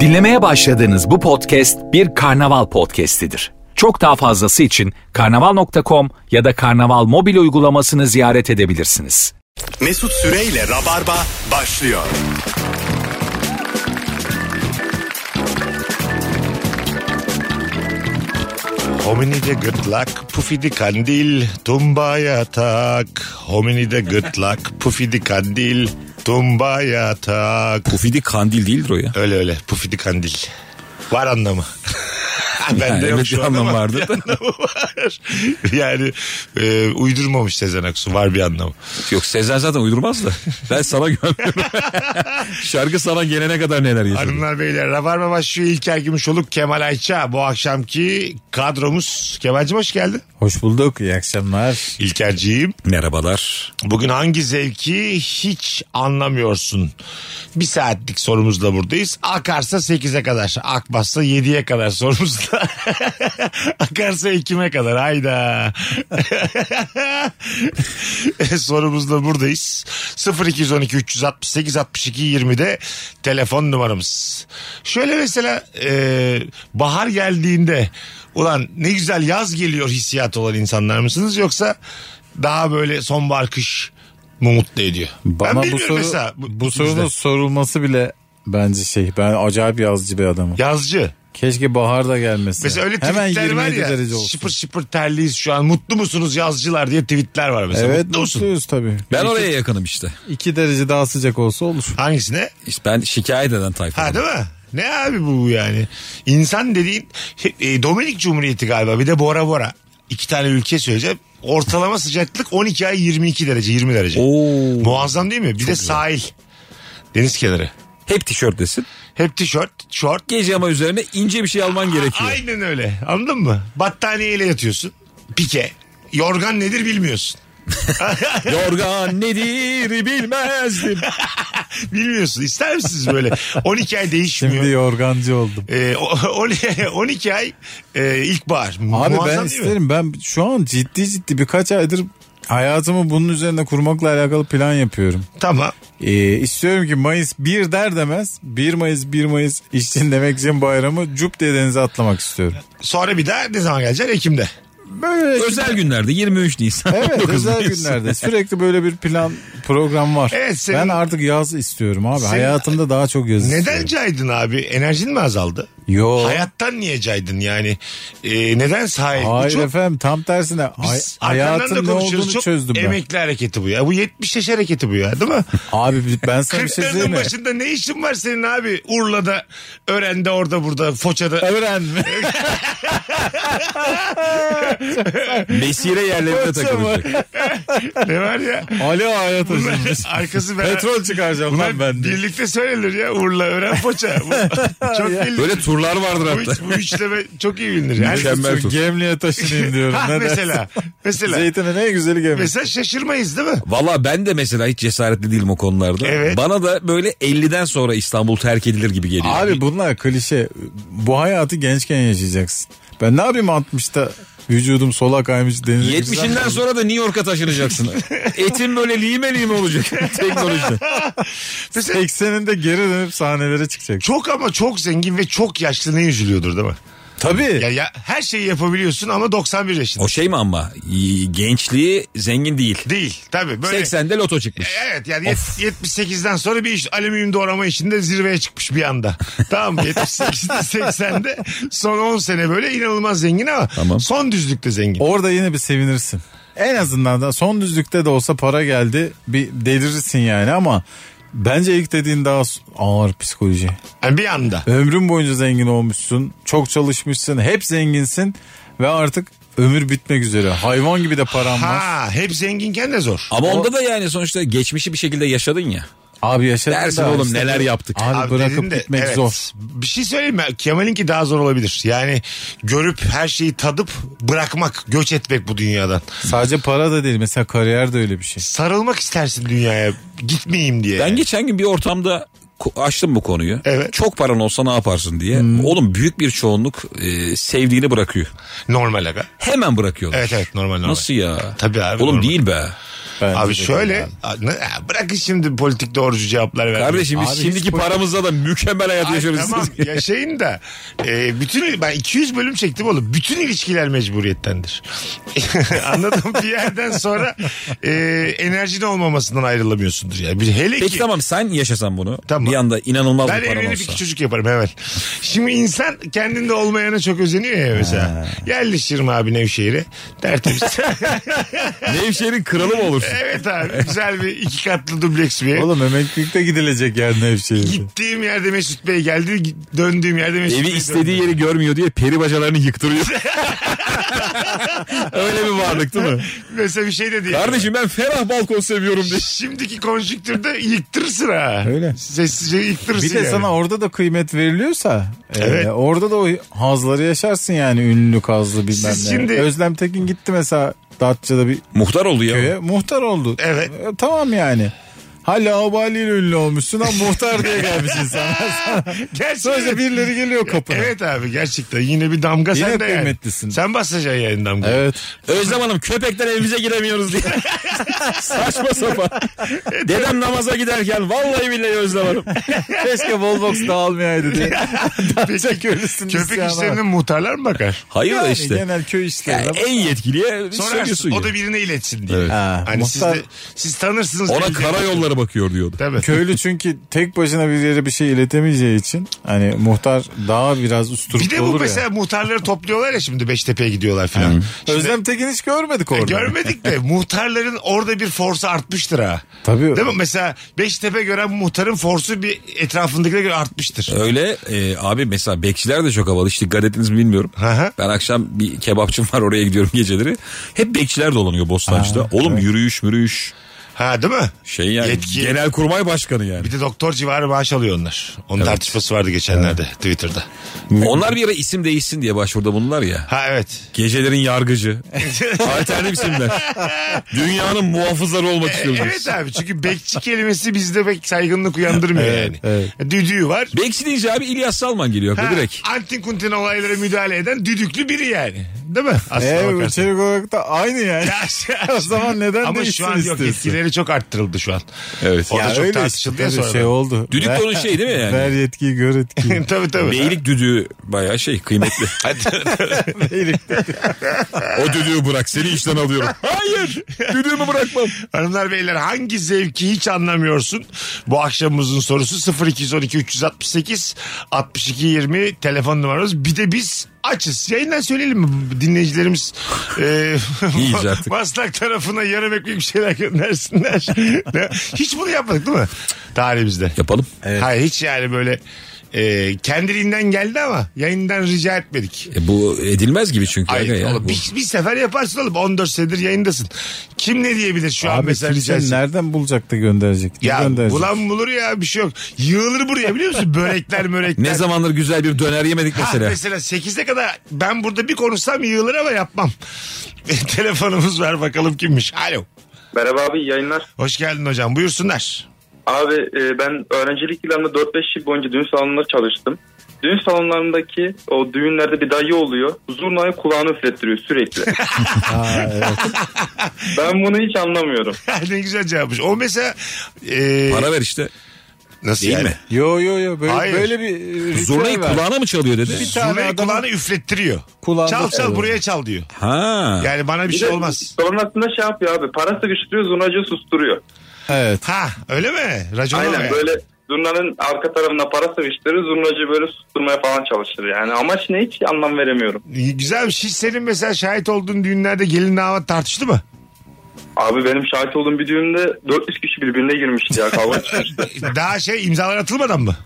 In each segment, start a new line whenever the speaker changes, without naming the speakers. Dinlemeye başladığınız bu podcast bir karnaval podcastidir. Çok daha fazlası için karnaval.com ya da karnaval mobil uygulamasını ziyaret edebilirsiniz.
Mesut Süreyle Rabarba başlıyor.
Hominide gırtlak, pufidi kandil, tumbaya tak. Hominide gırtlak, pufidi kandil, tumbaya tak.
Pufidi kandil değildir o ya.
Öyle öyle, pufidi kandil. Var anlamı. ben
Yani
de
evet,
yok şu
bir
an
anlamı
ama
vardı
bir
da.
anlamı var. Yani e, uydurmamış Sezen Aksu var bir anlamı.
Yok Sezen zaten uydurmaz da. Ben sana güvenmiyorum. Şarkı sana gelene kadar neler yaşadı.
Hanımlar beyler Rabarba başlıyor İlker Gümüşoluk Kemal Ayça bu akşamki kadromuz. Kemal'cim hoş geldin.
Hoş bulduk. İyi akşamlar.
İlker'ciğim
Merhabalar.
Bugün hangi zevki hiç anlamıyorsun? Bir saatlik sorumuzla buradayız. Akarsa 8'e kadar, akmazsa 7'ye kadar sorumuzla. Akarsa Ekim'e kadar hayda. sorumuzla buradayız. 0212 368 62 20'de telefon numaramız. Şöyle mesela e, bahar geldiğinde ulan ne güzel yaz geliyor hissiyat olan insanlar mısınız yoksa daha böyle sonbahar kış mu mutlu ediyor?
Bana bu
bilmiyorum
soru
bu-
bu,
bizde.
sorunun sorulması bile bence şey ben acayip yazcı bir adamım.
Yazcı.
Keşke bahar da gelmese.
Mesela öyle
Hemen
tweetler var
27 derece
ya.
olsun.
Şıpır şıpır terliyiz şu an. Mutlu musunuz yazcılar diye tweetler var mesela.
evet
mutlu musun?
mutluyuz tabii.
Ben
İki-
oraya yakınım işte.
iki derece daha sıcak olsa olur.
Hangisine?
İşte ben şikayet eden
Ha
tayfadım.
değil mi? Ne abi bu yani? İnsan dediğin e, Dominik Cumhuriyeti galiba bir de Bora Bora. İki tane ülke söyleyeceğim. Ortalama sıcaklık 12 ay 22 derece 20 derece.
Oo.
Muazzam değil mi? Bir de sahil. Deniz kenarı.
Hep tişörtlesin.
Hep tişört, şort.
Gece ama üzerine ince bir şey alman gerekiyor.
Aynen öyle. Anladın mı? Battaniyeyle yatıyorsun. Pike. Yorgan nedir bilmiyorsun.
Yorgan nedir bilmezdim.
Bilmiyorsun. İster misiniz böyle? 12 ay değişmiyor.
Şimdi yorgancı oldum.
Ee, o- on- 12 ay e, ilkbahar.
Abi
Muazzam
ben
değil mi?
isterim. Ben şu an ciddi ciddi birkaç aydır hayatımı bunun üzerine kurmakla alakalı plan yapıyorum.
Tamam.
Ee, istiyorum ki Mayıs 1 der demez 1 Mayıs 1 Mayıs işçinin demek için bayramı cup diye denize atlamak istiyorum.
Sonra bir daha ne zaman geleceksin? Ekim'de.
Böyle
Özel günlerde 23 Nisan.
Evet
19
özel
Mayıs.
günlerde sürekli böyle bir plan program var.
Evet, senin-
Ben artık yaz istiyorum abi. Hayatımda daha çok yaz
Neden
istiyorum.
caydın abi? Enerjin mi azaldı?
Yo.
Hayattan niye caydın yani? Ee, neden sahip? Bu
Hayır
çok-
efendim tam tersine hay-
Biz arkandan
hayatın
da
ne
konuşuyoruz.
olduğunu
Çok
çözdüm ben.
emekli hareketi bu ya. Bu 70 yaş hareketi bu ya değil mi?
Abi bi- ben sana bir şey
Kırklarının
söyleyeyim mi?
başında ne işin var senin abi? Urla'da, Ören'de, orada, burada, Foça'da.
Öğren mi?
Mesire yerlerinde takılacak.
ne var ya?
Ali Ağa'ya taşınmış.
Arkası ben...
Petrol çıkaracağım
Bunlar
lan ben diye.
birlikte söylenir ya Urla, Ören, Foça. Bu- çok belli.
Böyle turlar vardır
Bu,
hatta.
üç- bu üçleme çok iyi bilinir. Yani,
Mükemmel tur.
Gemliğe taşınayım diyorum.
ha,
Ne dersin?
mesela. Mesela.
Zeytin'in en güzeli gemlik.
Mesela şaşırmayız değil mi?
Valla ben de mesela hiç cesaretli değilim o konularda.
Evet.
Bana da böyle 50'den sonra İstanbul terk edilir gibi geliyor.
Abi bunlar klişe. Bu hayatı gençken yaşayacaksın. Ben ne yapayım 60'ta vücudum sola kaymış denize girsem-
70'inden sonra da New York'a taşınacaksın. Etin böyle lime lime olacak teknolojide.
Mesela
Ekseninde geri dönüp sahnelere çıkacak.
çok ama çok zengin ve çok yaşlı ne üzülüyordur değil mi?
Tabii.
Ya, ya her şeyi yapabiliyorsun ama 91 yaşında.
O şey mi ama y- gençliği zengin değil.
Değil tabii. Böyle, E,
80'de loto çıkmış.
Evet yani yet- 78'den sonra bir iş alüminyum doğrama işinde zirveye çıkmış bir anda. Tamam mı? 78'de 80'de son 10 sene böyle inanılmaz zengin ama
Tamam.
son düzlükte zengin.
Orada yine bir sevinirsin. En azından da son düzlükte de olsa para geldi bir delirirsin yani ama bence ilk dediğin daha s- ağır psikoloji.
Yani bir anda.
Ömrün boyunca zengin olmuşsun, çok çalışmışsın, hep zenginsin ve artık ömür bitmek üzere. Hayvan gibi de paran var.
Ha hep zenginken de zor.
Ama onda da yani sonuçta geçmişi bir şekilde yaşadın ya.
Abi yaşadın
Dersin
da
oğlum
işte-
neler yaptık.
Abi,
Abi
bırakıp
dedin de,
gitmek
evet.
zor.
Bir şey söyleyeyim mi? Kemal'inki daha zor olabilir. Yani görüp her şeyi tadıp bırakmak, göç etmek bu dünyadan.
Sadece para da değil mesela kariyer de öyle bir şey.
Sarılmak istersin dünyaya gitmeyeyim diye.
Ben geçen gün bir ortamda ko- açtım bu konuyu.
Evet. Hmm.
Çok paran olsa ne yaparsın diye. Oğlum büyük bir çoğunluk e, sevdiğini bırakıyor.
Normal aga.
Hemen bırakıyorlar.
Evet evet normal normal.
Nasıl ya?
Tabii abi,
Oğlum
normal.
değil be.
Bence de
Abi şöyle
değil
a- ne- a- bırakın şimdi politik doğrucu cevaplar vermeyi.
Kardeşim biz
Abi
şimdiki
hiç politik-
paramızla da mükemmel hayat
Ay,
yaşıyoruz.
tamam yaşayın da e, bütün ben 200 bölüm çektim oğlum bütün ilişkiler mecburiyettendir anladım bir yerden sonra e, enerjinin olmamasından ayrılamıyorsundur yani Bir- hele
Peki
ki
tamam sen yaşasan bunu.
Tamam.
Bir anda inanılmaz
ben
bir paran
evlenip
olsa.
iki çocuk yaparım hemen şimdi insan kendinde olmayana çok özeniyor ya mesela yerleşirim abi Nevşehir'e tertemiz
Nevşehir'in kralı mı olursun?
evet abi güzel bir iki katlı dubleks bir ev.
Oğlum emeklilikte gidilecek yer şey. Nevşehir'de.
Gittiğim yerde Mesut Bey geldi. gi- Döndüğüm yerde Mesut
Evi
Bey
istediği yeri görmüyor diye peri bacalarını yıktırıyor. Öyle bir varlık değil mi?
döndü. Mesela bir şey dedi. yani.
Kardeşim ben ferah balkon seviyorum diye.
Şimdiki konjüktürde yıktırırsın ha.
Öyle.
Sessizce yıktırırsın
Bir de
yani.
sana orada da kıymet veriliyorsa e,
Evet.
orada da o hazları yaşarsın yani ünlülük hazlı bilmem
Siz
ne.
şimdi-
Özlem Tekin gitti mesela Datça'da bir
Muhtar oldu ya.
köye muhtar oldu.
Evet.
E, tamam yani. Hala havaliyle ünlü olmuşsun ama muhtar diye gelmişsin sen.
Gerçi-
Sadece birileri geliyor kapına.
Evet abi gerçekten yine bir damga
Yine
sende yani.
kıymetlisin.
Sen basacaksın yani damga.
Evet.
Özlem Hanım köpekten evimize giremiyoruz diye. Saçma sapan. Dedem namaza giderken vallahi billahi Özlem Hanım.
Keşke Volvox dağılmayaydı diye.
Peki,
köylüsünün
köpek
isyanı
işlerine muhtarlar mı bakar?
Hayır da
Yani
işte. e-
Genel köy işlerine.
Yani en yetkiliye
şey
Sorarsın.
söylüyorsun ya.
O da birine iletsin diye.
Evet.
Ha,
hani
muhtar-
siz, de, siz tanırsınız.
Ona
belki.
karayolları bakıyor diyordu.
Tabii.
Köylü çünkü tek başına bir yere bir şey iletemeyeceği için hani muhtar daha biraz usturuplu
bir de bu
olur
mesela
ya.
muhtarları topluyorlar ya şimdi Beştepe'ye gidiyorlar falan. Şimdi-
Özlem Tekin hiç görmedik orada.
E, Görmedik de muhtarların orada bir forsu artmıştır ha.
Tabii.
Değil mi? Mesela Beştepe gören muhtarın forsu bir etrafındakine göre artmıştır.
Öyle e, abi mesela bekçiler de çok havalı. Hiç dikkat ettiniz mi bilmiyorum.
Hı hı.
Ben akşam bir kebapçım var oraya gidiyorum geceleri. Hep bekçiler dolanıyor Bostancı'da. Oğlum yürüyüş mürüyüş.
Ha değil mi?
Şey yani
Yetki.
genel kurmay başkanı yani.
Bir de doktor civarı maaş alıyor onlar. Onun tartışması vardı geçenlerde Twitter'da.
Onlar bir ara isim değişsin diye başvurda bunlar ya.
Ha evet.
Gecelerin yargıcı. Alternatif isimler. Dünyanın muhafızları olmak
E,
istiyoruz.
evet abi çünkü bekçi kelimesi bizde pek saygınlık uyandırmıyor yani. E, Düdüğü var.
Bekçi deyince abi İlyas Salman geliyor akla
Ha,
direkt.
Antin kuntin olaylara müdahale eden düdüklü biri yani. Değil mi? Aslına
Ev
bakarsan.
içerik olarak da aynı yani.
Ya-
O zaman neden
Ama
değişsin
şu an yok
istiyorsun?
etkileri çok arttırıldı şu an.
Evet.
Orada
Ya
çok
öyle
tartışıldı ya
işte,
sonra. şey
şey oldu.
Düdük de onun şeyi değil mi yani?
Ver yetkiyi gör etkiyi.
tabii tabii.
Beylik düdüğü bayağı şey kıymetli. o düdüğü bırak seni işten alıyorum. Hayır düdüğümü bırakmam.
Hanımlar beyler hangi zevki hiç anlamıyorsun? Bu akşamımızın sorusu 0212 368 62 20 telefon numaramız. Bir de biz açız. Yayından söyleyelim mi? Dinleyicilerimiz e,
İyiyiz artık.
Maslak tarafına yarım ekmek bir şeyler göndersinler. Ne? hiç bunu yapmadık değil mi? Tarihimizde.
Yapalım.
Hayır hiç yani böyle e, kendiliğinden geldi ama yayından rica etmedik.
E, bu edilmez gibi çünkü.
Ay,
aga ya,
oğlum,
bu.
bir, şey- bir sefer yaparsın oğlum 14 senedir yayındasın. Kim ne diyebilir şu an
Abi
mesela rica
kimse
etsin?
nereden bulacak da gönderecek? Ne
Ya
gönderecek?
bulan bulur ya bir şey yok. Yığılır buraya biliyor musun? Börekler mörekler.
Ne zamandır güzel bir döner yemedik
Ah,
mesela.
mesela 8'e kadar ben burada bir konuşsam yığılır ama yapmam. Telefonumuz var bakalım kimmiş. Alo.
Merhaba abi yayınlar.
Hoş geldin hocam buyursunlar.
Abi e, ben öğrencilik yıllarında 4-5 yıl boyunca düğün salonunda çalıştım. Düğün salonlarındaki o düğünlerde bir dayı oluyor. Zurnayı kulağını üflettiriyor sürekli. Ben bunu hiç anlamıyorum.
ne güzel cevapmış. O mesela... e,
Para ver işte.
nasıl
Değil
yani?
mi?
Yo yo yo böyle,
Hayır.
böyle bir e, ritüel
şey
Zurnayı
var.
kulağına mı çalıyor dedi.
Bir tane
Zurnayı
adamın-
kulağını üflettiriyor.
Kulağını
çal çal
çalıyor.
buraya çal diyor.
Ha.
Yani bana bir,
Bir
şey
de
olmaz.
Sonrasında şey yapıyor abi. Para sıkıştırıyor zurnacı susturuyor.
Evet.
Ha öyle mi? Racona mı yani?
Aynen böyle zurnanın arka tarafına para sıkıştırır. Zurnacı böyle susturmaya falan çalışır yani. Amaç ne hiç anlam veremiyorum.
Güzelmiş. Hiç senin mesela şahit olduğun düğünlerde gelin damat tartıştı mı?
Abi benim şahit olduğum bir düğünde 400 kişi birbirine girmişti ya kavga çıkmıştı.
Daha şey imzalar atılmadan mı?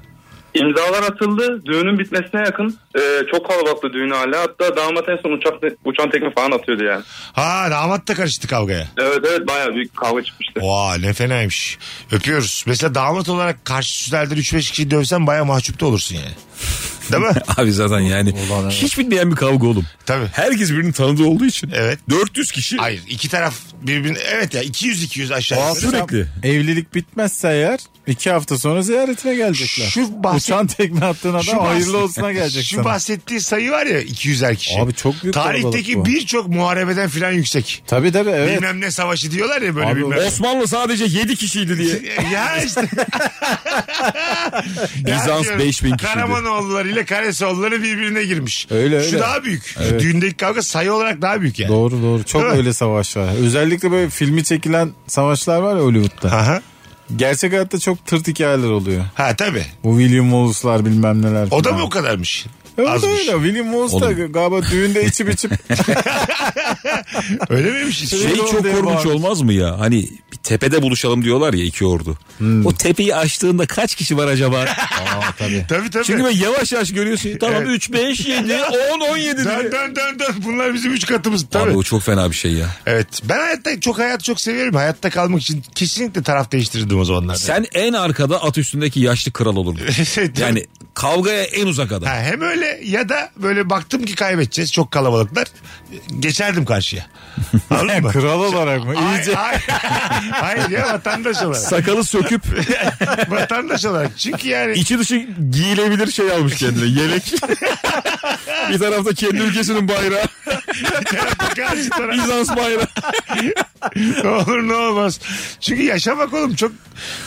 İmzalar atıldı. Düğünün bitmesine yakın. Ee, çok kalabalıktı düğün hala. Hatta damat en son uçak, uçan tekme falan atıyordu yani.
Ha damat da karıştı kavgaya.
Evet evet bayağı büyük kavga çıkmıştı.
Oha ne fenaymış. Öpüyoruz. Mesela damat olarak karşı sülalden 3-5 kişiyi dövsen baya mahcup da olursun yani. Değil mi?
Abi zaten yani hiç bitmeyen bir kavga oğlum.
Tabii.
Herkes birinin tanıdığı olduğu için.
Evet.
400 kişi.
Hayır iki taraf birbirine evet ya 200-200 aşağı yukarı.
Sürekli.
Evlilik bitmezse eğer iki hafta sonra ziyaretine gelecekler.
Şu bahset-
Uçan tekme attığın adam
Şu bahs-
hayırlı olsuna gelecek
Şu
sana.
bahsettiği sayı var ya 200'er kişi.
Abi çok büyük
Tarihteki
kalabalık bu.
birçok muharebeden filan yüksek.
Tabii tabii evet.
Bilmem ne savaşı diyorlar ya böyle
Abi,
bilmem.
Osmanlı sadece 7 kişiydi diye.
ya işte.
Bizans 5000 kişiydi.
Karamanoğulları ile Karesoğulları birbirine girmiş.
Öyle,
Şu
öyle.
daha büyük. Şu düğündeki kavga sayı olarak daha büyük yani.
Doğru doğru. Çok
Değil mi?
öyle savaş var. Özellikle böyle filmi çekilen savaşlar var ya Hollywood'da.
Aha.
Gerçek hayatta çok tırt hikayeler oluyor.
Ha tabii.
Bu William Wallace'lar bilmem neler.
O da
falan.
mı o kadarmış?
E, o da
Azmış.
öyle. William Wallace da galiba düğünde içip içip
Öyle miymiş? hiç?
Şey çok
Orada
korkunç
var.
olmaz mı ya? Hani bir tepede buluşalım diyorlar ya iki ordu.
Hmm.
O tepeyi açtığında kaç kişi var acaba?
Tabii tabii.
Çünkü böyle yavaş yavaş görüyorsun. Tamam
Evet.
3, 5, 7, 10, 17
Dön
diye.
dön dön dön. Bunlar bizim üç katımız. Tabii.
Abi o çok fena bir şey ya.
Evet. Ben hayatta çok hayat çok seviyorum. Hayatta kalmak için kesinlikle taraf değiştirirdim o zamanlarda.
Sen en arkada at üstündeki yaşlı kral olurdun. yani kavgaya en uzak adam.
Ha, hem öyle ya da böyle baktım ki kaybedeceğiz çok kalabalıklar. Geçerdim karşıya. Anladın mı?
kral olarak mı?
Ay-
İyice.
ay- Hayır ya vatandaş olarak.
Sakalı söküp
vatandaş olarak. Çünkü yani
içi dışı giyilebilir şey almış kendine. Yelek. bir tarafta kendi ülkesinin bayrağı.
karşı taraf
Bizans bayrağı.
ne olur ne olmaz. Çünkü yaşamak oğlum çok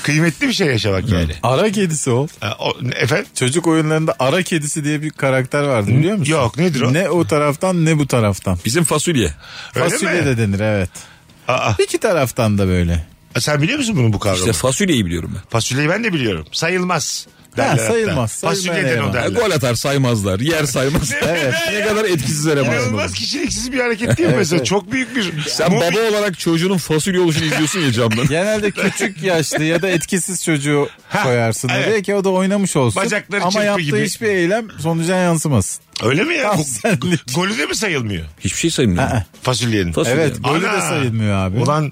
kıymetli bir şey yaşamak yani.
Ara kedisi ol.
Ha, o- efendim?
Çocuk oyunlarında ara kedisi diye bir karakter vardı biliyor musun?
Yok, nedir o?
Ne o taraftan ne bu taraftan.
Bizim fasulye.
Öyle
Fasulye
mi?
de denir evet.
Aa,
İki taraftan da böyle.
sen biliyor musun bunu bu kavramı?
İşte fasulyeyi biliyorum ben.
Fasulyeyi ben de biliyorum. Sayılmaz. derler hatta.
sayılmaz,
Fasulyeden
sayılmayan
o
eleman.
Ha,
derler.
Gol atar saymazlar. Yer saymaz.
Evet.
ne kadar etkisiz eleman.
İnanılmaz kişiliksiz bir hareket değil mi mesela? Çok büyük bir...
Sen
Mobbing-
baba olarak çocuğunun fasulye oluşunu izliyorsun ya camdan.
Genelde küçük yaşlı ya da etkisiz çocuğu koyarsın
evet.
oraya ki o da oynamış olsun.
Bacakları
Ama
çırpı
yaptığı
gibi.
hiçbir eylem sonuca yansımasın.
Öyle mi ya?
Tam
Go-
senlik.
Golü de mi sayılmıyor
Hiçbir şey saymıyor.
fasulyenin?
Fasulye.
Evet golü
Ana!
de sayılmıyor abi.
Ulan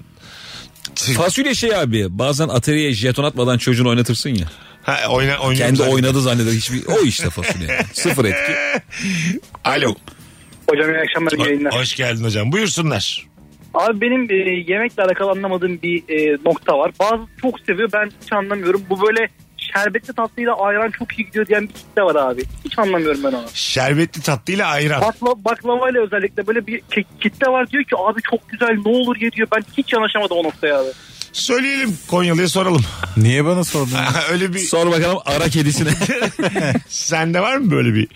Fasulye şey abi bazen atariye jeton atmadan çocuğunu oynatırsın ya.
ha, oyna, oynuyor
Kendi
zaten.
oynadı zanneder hiçbir. O işte fasulye. Sıfır etki.
Alo.
Hocam iyi akşamlar, iyi yayınlar.
Hoş geldin hocam. Buyursunlar.
Abi benim e, yemekle alakalı anlamadığım bir e, nokta var. Bazı çok seviyor ben hiç anlamıyorum. Bu böyle şerbetli tatlıyla ayran çok iyi gidiyor diyen bir kitle var abi. Hiç anlamıyorum ben onu.
Şerbetli tatlıyla ayran.
Bakla, baklavayla özellikle böyle bir ki- kitle var diyor ki abi çok güzel ne olur ye diyor. Ben hiç yanaşamadım o noktaya abi.
Söyleyelim Konyalı'ya soralım.
Niye bana sordun?
Öyle bir
Sor bakalım ara kedisine.
sende var mı böyle bir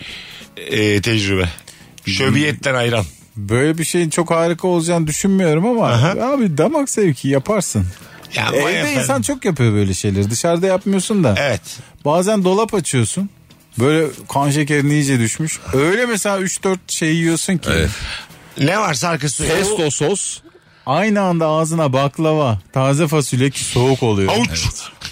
e, tecrübe? Şöbiyetten ayran.
Böyle bir şeyin çok harika olacağını düşünmüyorum ama
Aha.
abi damak zevki yaparsın.
Ya vay
Evde
Ee, efendim.
insan çok yapıyor böyle şeyleri. Dışarıda yapmıyorsun da.
Evet.
Bazen dolap açıyorsun. Böyle kan şekerin iyice düşmüş. Öyle mesela 3-4 şey yiyorsun ki.
Evet.
Ne varsa arkası.
Pesto sos.
Aynı anda ağzına baklava, taze fasulye ki soğuk oluyor.
Avuç.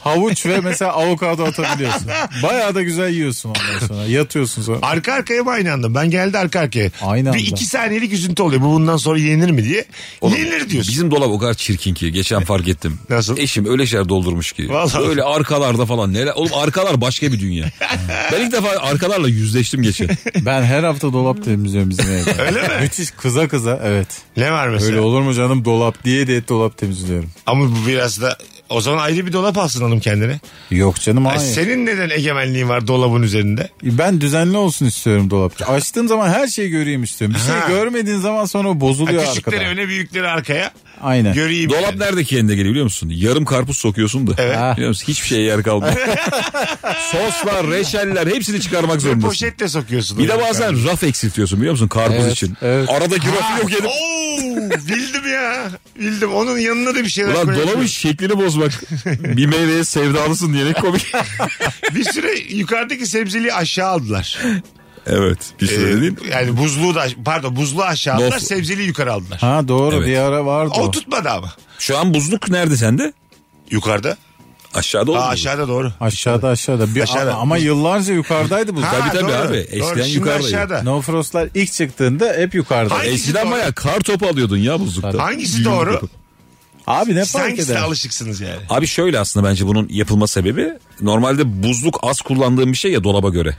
Havuç ve mesela avokado atabiliyorsun. Bayağı da güzel yiyorsun ondan sonra. Yatıyorsun sonra.
Arka arkaya mı aynı anda? Ben geldi arka arkaya.
Aynı
Bir
anda.
iki saniyelik üzüntü oluyor. Bu bundan sonra yenir mi diye. yenir diyorsun.
Bizim dolap o kadar çirkin ki geçen fark ettim.
Nasıl?
Eşim öyle şeyler doldurmuş ki.
Vallahi.
Böyle arkalarda falan neler. Oğlum arkalar başka bir dünya. ben ilk defa arkalarla yüzleştim geçen.
Ben her hafta dolap temizliyorum bizim evde.
Öyle mi?
Müthiş kıza kıza evet.
Ne var mesela?
Öyle olur mu canım dolap diye diye dolap temizliyorum.
Ama bu biraz da o zaman ayrı bir dolap alsın hanım kendine.
Yok canım
Ay,
hayır.
Senin neden egemenliğin var dolabın üzerinde?
Ben düzenli olsun istiyorum dolapçı. Açtığım zaman her şeyi göreyim istiyorum. Bir şey
Ha.
görmediğin zaman sonra
Ha,
bozuluyor
küçükleri
arkada.
öne büyükleri arkaya.
Aynen.
Göreyim.
Dolap
yani.
nerede kendine geliyor biliyor musun? Yarım karpuz sokuyorsun da.
Evet.
Biliyor musun? Hiçbir şeye yer kalmıyor. Soslar, reçeller hepsini çıkarmak
Bir
zorundasın.
poşetle sokuyorsun.
Bir de bazen raf eksiltiyorsun biliyor musun karpuz
Evet,
için.
evet.
Aradaki
Ha,
rafı yok edip.
Oo, bildim ya. Bildim. Onun yanına da bir şeyler
Ulan
koyabilirim.
dolabın şeklini bozmak. bir meyveye sevdalısın diyerek komik.
Bir süre yukarıdaki sebzeliği aşağı aldılar.
evet. Bir
Ee,
süre değil.
yani buzluğu da pardon buzluğu aşağı aldılar
Dost-
sebzeliği yukarı aldılar.
Ha doğru
Evet.
bir ara vardı
O
o.
tutmadı ama.
Şu an buzluk nerede sende?
Yukarıda.
Aşağıda olur.
Aa,
mu?
aşağıda doğru.
Aşağıda aşağıda. Bir
Aşağıda.
Ama, ama yıllarca yukarıdaydı bu.
Ha,
Tabii.
tabii
doğru.
abi.
Doğru.
Eskiden
Şimdi
yukarıdaydı.
aşağıda.
No Frost'lar ilk çıktığında hep yukarıda.
Hayır.
Eskiden baya kar topu alıyordun ya buzlukta.
Hangisi
Yumruk
doğru?
yapıp.
Abi ne fark
Sanki siz de
eder?
alışıksınız yani.
Abi şöyle aslında bence bunun yapılma sebebi normalde buzluk az kullandığım bir şey ya dolaba göre.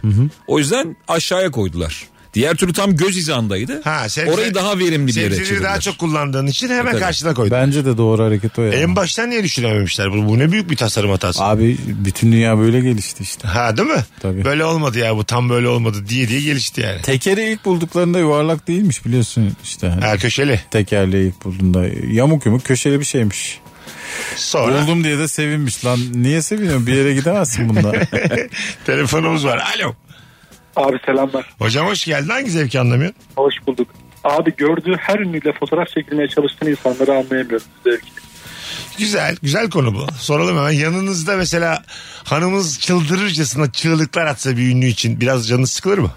O yüzden aşağıya koydular. Diğer türlü tam göz hizandaydı.
Ha, sebze-
Orayı daha verimli bir yere
Sebzeleri
çevirdiler.
daha çok kullandığın için hemen
Tabii.
karşına koydun.
Bence de doğru hareket o ya.
En baştan niye düşünememişler? Bu, bu ne büyük bir tasarım hatası.
Abi bütün dünya böyle gelişti işte.
Ha değil mi?
Tabii.
Böyle olmadı ya bu tam böyle olmadı diye diye gelişti yani.
Tekeri ilk bulduklarında yuvarlak değilmiş biliyorsun işte. Hani
Ha köşeli.
Tekerleği ilk bulduğunda yamuk yumuk köşeli bir şeymiş.
Sonra
Buldum diye de sevinmiş lan. Niye seviniyorsun? Bir yere gidemezsin bunda.
telefonumuz var. Alo.
Abi selamlar.
Hocam hoş geldin. Hangi zevki anlamıyorsun?
Hoş bulduk. Abi gördüğü her ünlüyle fotoğraf çekilmeye çalıştığın insanları anlayamıyorum. Zevk.
Güzel. Güzel konu bu. Soralım hemen. Yanınızda mesela hanımız çıldırırcasına çığlıklar atsa bir ünlü için biraz canınız sıkılır mı?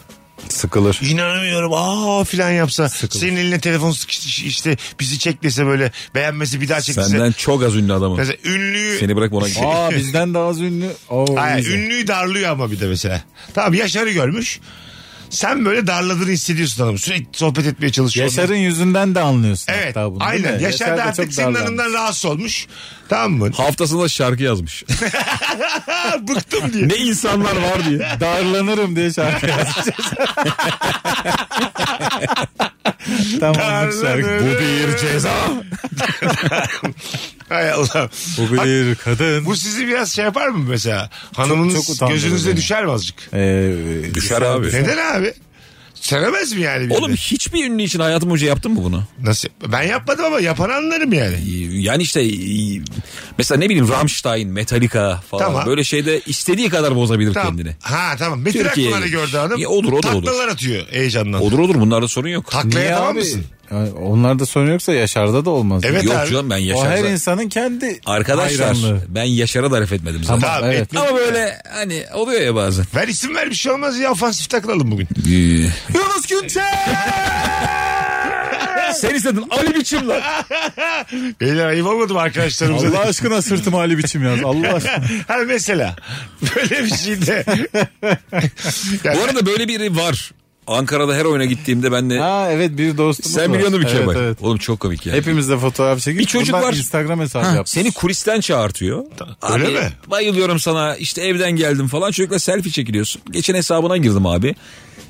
Sıkılır.
İnanamıyorum aa filan yapsa. Senin eline telefon sıkış- işte bizi çek dese böyle beğenmesi bir daha çek dese.
Senden çok az ünlü adamım.
Mesela ünlüyü
Seni bırakma ona gidelim.
Aa bizden daha az ünlü. Oo,
Hayır,
iyice.
ünlüyü darlıyor ama bir de mesela. Tamam Yaşar'ı görmüş. Sen böyle darladığını hissediyorsun hanım. Sürekli sohbet etmeye çalışıyor.
Yaşar'ın yüzünden de anlıyorsun
Evet.
hatta bunu. değil
aynen.
mi?
Yaşar da artık
çok
senin
darlanmış.
hanımdan rahatsız olmuş. Tamam mı?
Haftasında şarkı yazmış.
Ha, bıktım diye.
ne insanlar var diye.
Darlanırım diye şarkı yazacağız. tamam bu şarkı. Bu bir ceza.
Hay Allah.
Bu
Ha,
bir kadın.
Bu sizi biraz şey yapar mı mesela? Hanımınız
çok utandırır
gözünüze
beni.
düşer mi azıcık?
Ee,
Düşer abi.
Neden abi? Sevemez mi yani? birini?
Oğlum hiçbir ünlü için hayatım hoca yaptın mı bunu? Ee,
Nasıl? Ben yapmadım ama yapan anlarım yani.
Yani işte e, mesela ne bileyim Rammstein, Metallica falan
Tamam.
böyle şeyde istediği kadar bozabilir
Tamam.
kendini.
Ha tamam. Metin
Türkiye'ye
Akpınar'ı
gitmiş.
gördü hanım.
Ya olur, o da olur.
Taklalar atıyor heyecandan.
Olur olur bunlarda sorun yok.
Taklaya
Niye
tamam
abi?
mısın?
Yani onlarda sorun yoksa Yaşar'da da olmaz.
Evet
yok
abi.
canım ben
O her
Yaşar'da.
insanın kendi
Arkadaşlar
hayranlığı.
ben Yaşar'a da laf etmedim zaten.
Tamam,
Tamam,
evet.
etme.
Ama böyle hani oluyor ya bazen.
Ver isim ver bir şey olmaz ya ofansif takılalım bugün. Ee.
Yunus Günçer!
Sen istedin Ali biçim lan.
Beyler ayıp olmadı mı arkadaşlarımıza?
Allah aşkına sırtıma Ali biçim yaz. Allah aşkına.
ha mesela böyle bir şey de.
Bu arada böyle biri var. Ankara'da her oyuna gittiğimde ben de
Ha evet bir dostumuz
sen
var.
biliyorsun bir
evet,
Kemal.
evet.
Oğlum çok komik ya.
Hepimiz de fotoğraf çekip
Bir çocuk
bundan
var.
Instagram hesabı
Ha,
yapmış.
Seni kulisten çağırtıyor.
Öyle mi?
Bayılıyorum sana işte evden geldim falan çocukla selfie çekiliyorsun. Geçen hesabına girdim abi.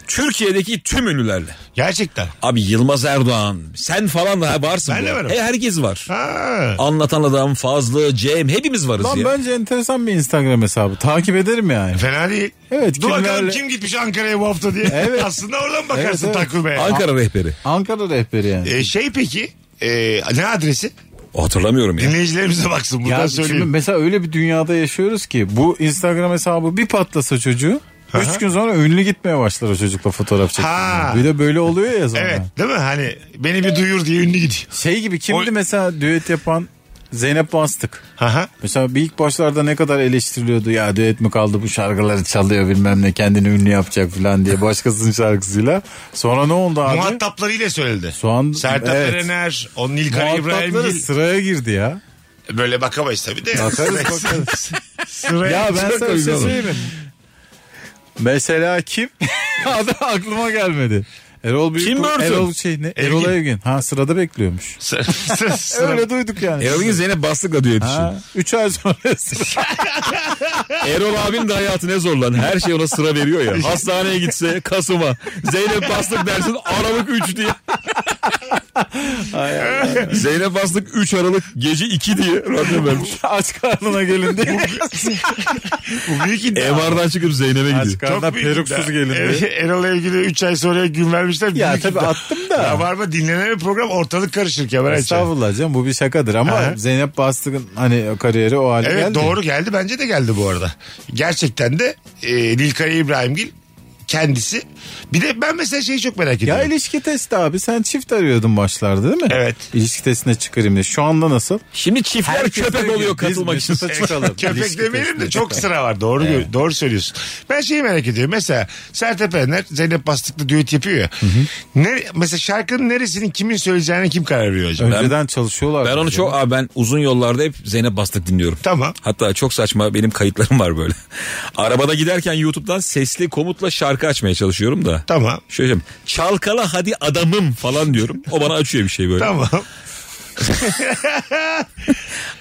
Türkiye'deki tüm ünlülerle.
Gerçekten.
Abi Yılmaz Erdoğan sen falan da varsın.
Ben
bu
de
arada.
varım.
He, herkes var.
Ha.
Anlatan adam Fazlı, Cem hepimiz varız
Lan
ya.
bence enteresan bir Instagram hesabı. Takip ederim yani.
Fena değil.
Evet,
Dur bakalım
kimlerle-
kim gitmiş Ankara'ya bu hafta diye.
Evet.
Aslında oradan bakarsın
Evet, evet.
takvime.
Ankara rehberi.
Ankara rehberi yani.
Ee, şey peki e, ne adresi?
Hatırlamıyorum ya.
Dinleyicilerimize baksın buradan
ya şimdi
söyleyeyim.
mesela öyle bir dünyada yaşıyoruz ki bu Instagram hesabı bir patlasa çocuğu üç gün sonra ünlü gitmeye başlar o çocukla fotoğraf
Ha.
çekmeye. Bir de böyle oluyor ya sonra.
Evet değil mi? Hani beni bir duyur diye ünlü gidiyor.
Şey gibi kimdi
O-
mesela düet yapan Zeynep Bastık.
Aha.
Mesela bir ilk başlarda ne kadar eleştiriliyordu ya düet mi kaldı bu şarkıları çalıyor bilmem ne kendini ünlü yapacak falan diye başkasının şarkısıyla. Sonra ne oldu abi?
Muhataplarıyla söyledi.
Soğan-
Sertab
evet.
Erener, o Nilkara
Muhatapları
İbrahimgil.
sıraya girdi ya.
Böyle bakamayız tabii de.
Bakarız, bakarız.
Sıraya
ya ben
çok
sana bir şey
uygun.
söyleyeyim mi? Mesela kim? Adı aklıma gelmedi. Erol Büyük
Tim Burton.
Erol şey ne? Erol
Evgin.
Evgin. Ha sırada bekliyormuş.
Sı- sı- sıra-
Öyle duyduk yani.
Erol'un Zeynep Bastık'la düet için.
Ha, üç ay sonra sıra.
Erol abim de hayatı ne zor lan. Her şey ona sıra veriyor ya. Hastaneye gitse Kasım'a. Zeynep Bastık dersin Aralık 3 diye. Zeynep Bastık 3 Aralık gece 2 diye randevu vermiş.
aç karnına gelin diye.
Bu büyük
E,
iddia.
MR'dan çıkıp Zeynep'e
aç
gidiyor.
karnına
büyük
peruksuz
iddia.
gelin diye.
Evet, Erol'la ilgili 3 ay sonra gün vermişler.
Ya
Büyük
tabii
iddia.
attım da.
Ya var mı dinlenen bir program ortalık karışır Kemal Ayça.
Estağfurullah canım bu bir şakadır ama
Aha.
Zeynep Bastık'ın hani kariyeri o hale
Evet
geldi.
doğru geldi bence de geldi bu arada. Gerçekten de e, Nilkara İbrahimgil kendisi. Bir de ben mesela şeyi çok merak
Ya
ediyorum.
ilişki testi abi sen çift arıyordun başlarda değil mi?
Evet.
İlişki testine çıkarayım diye. Şu anda nasıl?
Şimdi çiftler köpek oluyor katılmak için.
Köpek demeyelim de çok sıra var. Doğru gö- doğru söylüyorsun. Ben şeyi merak ediyorum. Mesela Sertab Erener Zeynep Bastık'la düet yapıyor ya. Ne, mesela şarkının neresinin kimin söyleyeceğine kim karar veriyor acaba?
Önceden çalışıyorlar.
Ben onu çok abi ben uzun yollarda hep Zeynep Bastık dinliyorum.
Tamam.
Hatta çok saçma benim kayıtlarım var böyle. Arabada giderken YouTube'dan sesli komutla şarkı açmaya çalışıyorum da.
Tamam.
Şöyle diyeyim, çalkala hadi adamım falan diyorum. O bana açıyor bir şey böyle.
Tamam.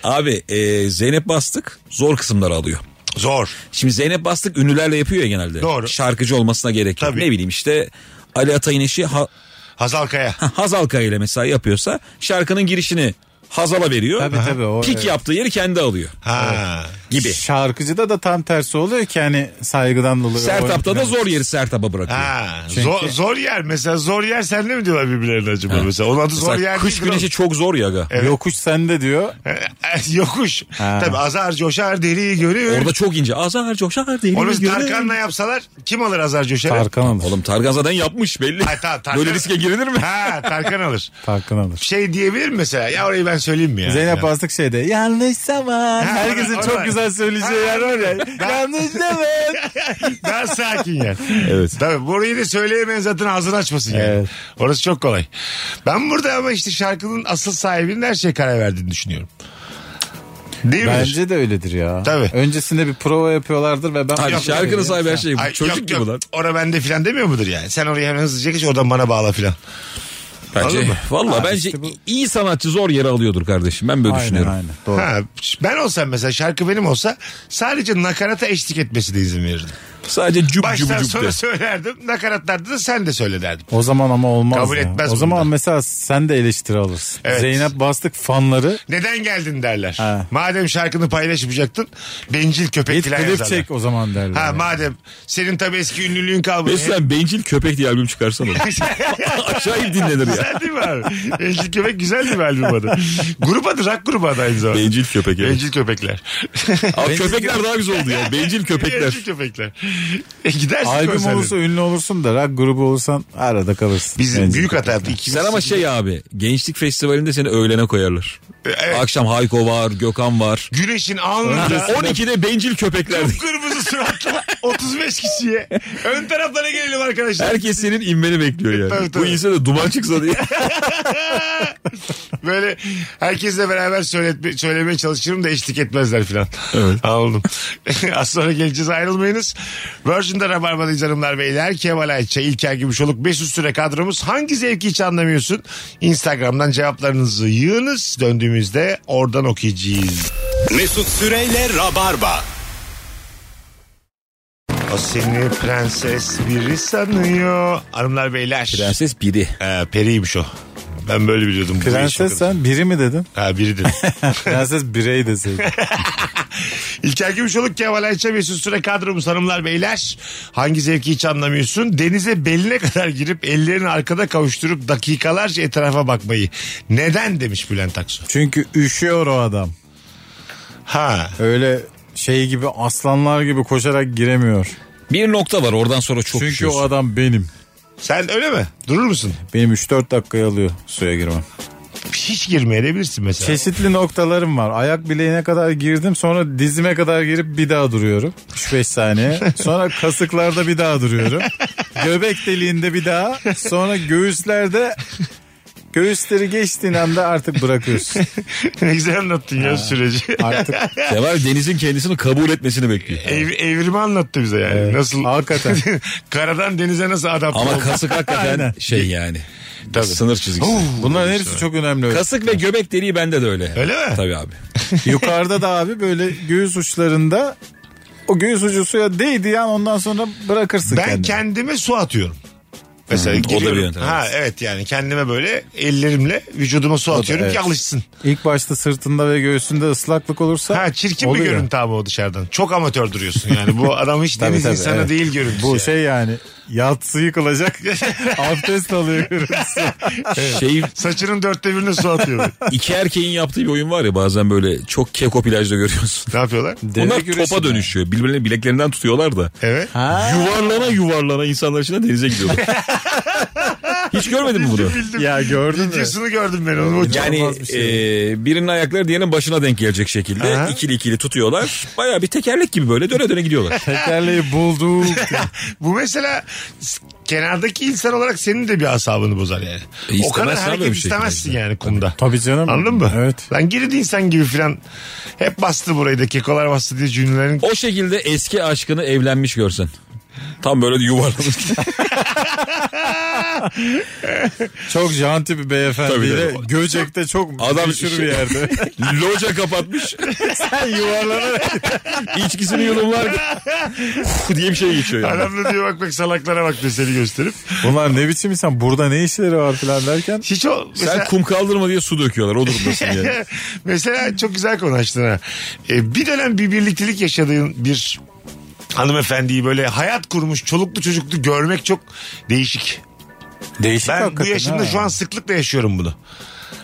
Abi e, Zeynep Bastık zor kısımları alıyor.
Zor.
Şimdi Zeynep Bastık ünlülerle yapıyor ya genelde.
Doğru.
Şarkıcı olmasına gerek yok.
Tabii.
Ne bileyim işte Ali Atay'ın eşi ha,
Hazal Kaya.
ha- Hazal Kaya ile mesela yapıyorsa şarkının girişini Hazal'a veriyor.
Tabii,
Aha.
tabii, o,
Pik
evet.
yaptığı yeri kendi alıyor
Ha.
gibi.
Şarkıcıda da tam tersi oluyor ki hani saygıdan dolayı.
Sertap'ta
oyun-
da zor yeri Sertap'a bırakıyor.
Ha.
Çünkü-
Zor, zor yer. Mesela zor yer sen ne mi diyorlar birbirlerine acaba mesela? Onun adı zor
Mesela
yer
kış
değil,
güneşi çok zor ya. aga.
Yokuş sende diyor.
Yokuş.
Ha.
Tabii azar coşar deliği görür.
Orada çok ince. Azar coşar değil.
Onu biz Tarkan'la yapsalar kim alır azar coşarı?
Tarkan alır.
Oğlum Tarkan zaten yapmış belli.
Ay, tamam, Tarkan-
Böyle riske girilir mi?
Ha Tarkan alır.
Tarkan alır.
Şey diyebilir mi mesela? Ya orayı ben söyleyeyim mi ya?
Zeynep
Ya.
Bastık şeyde yanlış zaman.
Ha,
Herkesin
ona- ona-
çok güzel söyleyeceği yer var ya. yanlış zaman.
Daha sakin yer.
Evet.
Tabii burayı da söyleyemeyen zaten ağzını açmasın yani.
Evet.
Orası çok kolay. Ben burada ama işte şarkının asıl sahibinin her şeye karar verdiğini düşünüyorum. Değil mi?
Bence de öyledir ya.
Tabii.
Öncesinde bir prova yapıyorlardır ve ben...
Abi
Yok,
şarkının
yok,
sahibi her
yok.
şey.
Ay,
Çocuk
yok,
gibi
yok.
lan.
Ora bende filan demiyor mudur yani? Sen oraya hemen hızlıca geç oradan bana bağla filan. Anladın
Bence
mı?
valla
Abi
bence
işte bu-
iyi sanatçı zor yere alıyordur kardeşim. Ben böyle
Aynen
düşünüyorum.
aynen. Doğru.
Ha, ben olsam mesela şarkı benim olsa sadece nakarata eşlik etmesine izin verirdim.
Sadece cüp cüp
Baştan
cüp de.
sonra söylerdim. Nakaratlarda da sen de söyle derdim.
O zaman ama olmaz
Kabul
ya.
etmez
O zaman
bunda.
mesela sen de eleştiri alırsın.
Evet.
Zeynep Bastık fanları
Neden geldin derler.
Ha.
Madem şarkını paylaşmayacaktın bencil köpek
git
filan
klip
yazarlar.
çek o zaman derler.
Ha
yani.
madem senin tabii eski ünlülüğün kalmadı.
Mesut sen bencil köpek diye albüm çıkarsan olur. Acayip dinlenir ya.
Güzel değil mi abi? Bencil köpek güzel değil mi albüm adı? Grup adı rock grubu adı aynı zamanda.
Bencil köpek evet.
Bencil köpekler.
Abi köpekler daha güzel oldu ya. Bencil köpekler.
Bencil köpekler. E, gidersin
Albüm
konserlere.
olursa ünlü olursun da rock grubu olsan arada kalırsın.
Bizim
Bence.
büyük hata yaptık.
Sen ama şey abi gençlik festivalinde seni öğlene koyarlar.
Evet.
Akşam Hayko var, Gökhan var.
Güneşin alnında
12'de bencil köpekler.
kırmızı suratla 35 kişiye ön taraflara gelelim arkadaşlar.
Herkes senin inmeni bekliyor yani.
Tabii, tabii.
Bu inse de duman çıksa diye.
Böyle herkesle beraber söyletme, söylemeye çalışırım da eşlik etmezler filan.
Evet.
Anladım. Az sonra geleceğiz ayrılmayınız. Virgin'de Rabarba'dayız hanımlar beyler. Kemal Ayça, İlker Gümüşoluk, Mesut Süre kadromuz. Hangi zevki hiç anlamıyorsun? Instagram'dan cevaplarınızı yığınız. Döndüğümüzde oradan okuyacağız.
Mesut Süreyle Rabarba.
O seni prenses biri sanıyor. Hanımlar beyler.
Prenses biri.
Ee, periymiş o. Ben böyle biliyordum. Bu
Prenses
işi.
sen biri mi dedin?
Ha biri dedim.
Prenses birey deseydin.
İlker Gümüşoluk, Kemal Ayça, Mesut Süre kadromuz hanımlar beyler. Hangi zevki hiç anlamıyorsun? Denize beline kadar girip ellerini arkada kavuşturup dakikalarca etrafa bakmayı. Neden demiş Bülent Aksu.
Çünkü üşüyor o adam.
Ha.
Öyle şey gibi aslanlar gibi koşarak giremiyor.
Bir nokta var oradan sonra çok
Çünkü
üşüyorsun.
o adam benim.
Sen öyle mi? Durur musun?
Benim 3-4 dakikayı alıyor suya girmem.
Hiç girmeyebilirsin mesela.
Çeşitli noktalarım var. Ayak bileğine kadar girdim sonra dizime kadar girip bir daha duruyorum. 3-5 saniye. Sonra kasıklarda bir daha duruyorum. Göbek deliğinde bir daha. Sonra göğüslerde göğüsleri geçtiğin anda artık bırakıyorsun.
ne güzel anlattın ya süreci.
Artık
Seval denizin kendisini kabul etmesini bekliyor.
E,
Ev, evrimi anlattı bize yani. Nasıl
hakikaten.
karadan denize nasıl adapte
Ama
oldu?
kasık hakikaten şey yani. Sınır çizgisi.
Bunların hepsi çok önemli.
Kasık ve göbek deliği bende de öyle.
Öyle mi?
Tabii abi.
Yukarıda da abi böyle göğüs uçlarında o göğüs ucu suya değdi yani ondan sonra bırakırsın
Ben
kendini.
kendime su atıyorum. Mesela
da bir
giriyorum.
yöntem,
Ha evet yani kendime böyle ellerimle vücuduma su atıyorum ki
evet.
alışsın.
İlk başta sırtında ve göğsünde ıslaklık olursa
Ha çirkin
oluyor.
bir görüntü ama o dışarıdan. Çok amatör duruyorsun yani. Bu adam hiç
Tabii,
deniz
tabii,
insanı
evet.
değil görüntüsü.
Bu
yani.
şey yani yatsı yıkılacak abdest alıyor görüntüsü.
Şey
Saçının dörtte birine su atıyor.
iki erkeğin yaptığı bir oyun var ya bazen böyle çok keko plajda görüyorsun.
ne yapıyorlar?
Deve
Bunlar
güreşi
topa
mi?
dönüşüyor. Birbirlerinin bileklerinden tutuyorlar da.
Evet.
Yuvarlana yuvarlana insanlar içinde denize gidiyorlar. Hiç görmedin mi bunu?
Bildim.
Ya gördün mü?
Videosunu gördüm ben onu. O çok-
Yani
İnanılmaz bir şey.
e, birinin ayakları diğerinin başına denk gelecek şekilde
Aha.
ikili ikili tutuyorlar. Baya bir tekerlek gibi böyle döne döne gidiyorlar.
Tekerleği bulduk.
Bu mesela s- kenardaki insan olarak senin de bir asabını bozar yani.
E,
o kadar
istemezsin abi
hareket
öyle bir şey.
istemezsin yani kumda.
Tabii canım.
Anladın mı?
Evet.
Lan geri insan gibi filan hep bastı burayı da kekolar bastı diye cümlelerin
O şekilde eski aşkını evlenmiş görsen. Tam böyle yuvarlanır.
Çok janti bir beyefendiyle
Tabii, tabii.
Göcek'te çok
Adam şey-
Adam meşhur bir yerde.
Loca kapatmış.
Sen yuvarlanarak
İçkisini yudumlar. diye bir şey geçiyor yani.
Adam da diyor bak bak salaklara bak diye seni gösterip.
Bunlar ne biçim insan burada ne işleri var filan derken.
Hiç o
Sen
mesela,
kum kaldırma diye su döküyorlar. O durumdasın yani.
mesela çok güzel konuştun ha. E, bir dönem bir birliktelik yaşadığın bir hanımefendiyi böyle hayat kurmuş çoluklu çocuklu görmek çok değişik.
Değişik
Ben bu
hakikaten
yaşımda
ha.
şu an sıklıkla yaşıyorum bunu.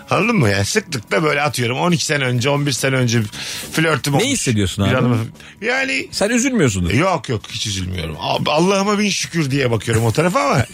Anladın mı? Yani sıklıkla böyle atıyorum 12 sene önce 11 sene önce flörtüm olmuş.
hissediyorsun
Bir
abi?
hanımefe- Yani
Sen üzülmüyorsundur.
E, Yok yok hiç üzülmüyorum. Ab- Allah'ıma bin şükür diye bakıyorum o tarafa ama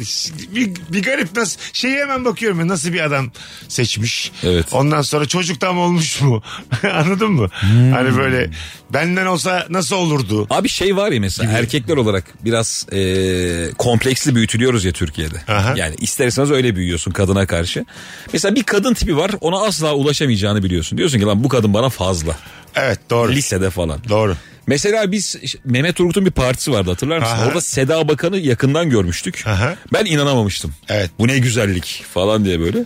bir, bir garip nasıl şeyi hemen bakıyorum ya, nasıl bir adam seçmiş.
Evet.
Ondan sonra çocuk tam olmuş mu? Anladın mı?
Hmm.
Hani böyle benden olsa nasıl olurdu?
Abi şey var ya mesela erkekler olarak biraz e, kompleksli büyütülüyoruz ya Türkiye'de.
Aha.
Yani isterseniz öyle büyüyorsun kadına karşı. Mesela bir kadın tipi var ona asla ulaşamayacağını biliyorsun. Diyorsun ki lan bu kadın bana fazla.
Evet doğru.
Lisede falan.
Doğru.
Mesela biz işte Mehmet Turgut'un bir partisi vardı hatırlar mısın?
Aha.
Orada Seda Bakan'ı yakından görmüştük.
Aha.
Ben inanamamıştım.
Evet.
Bu ne güzellik falan diye böyle.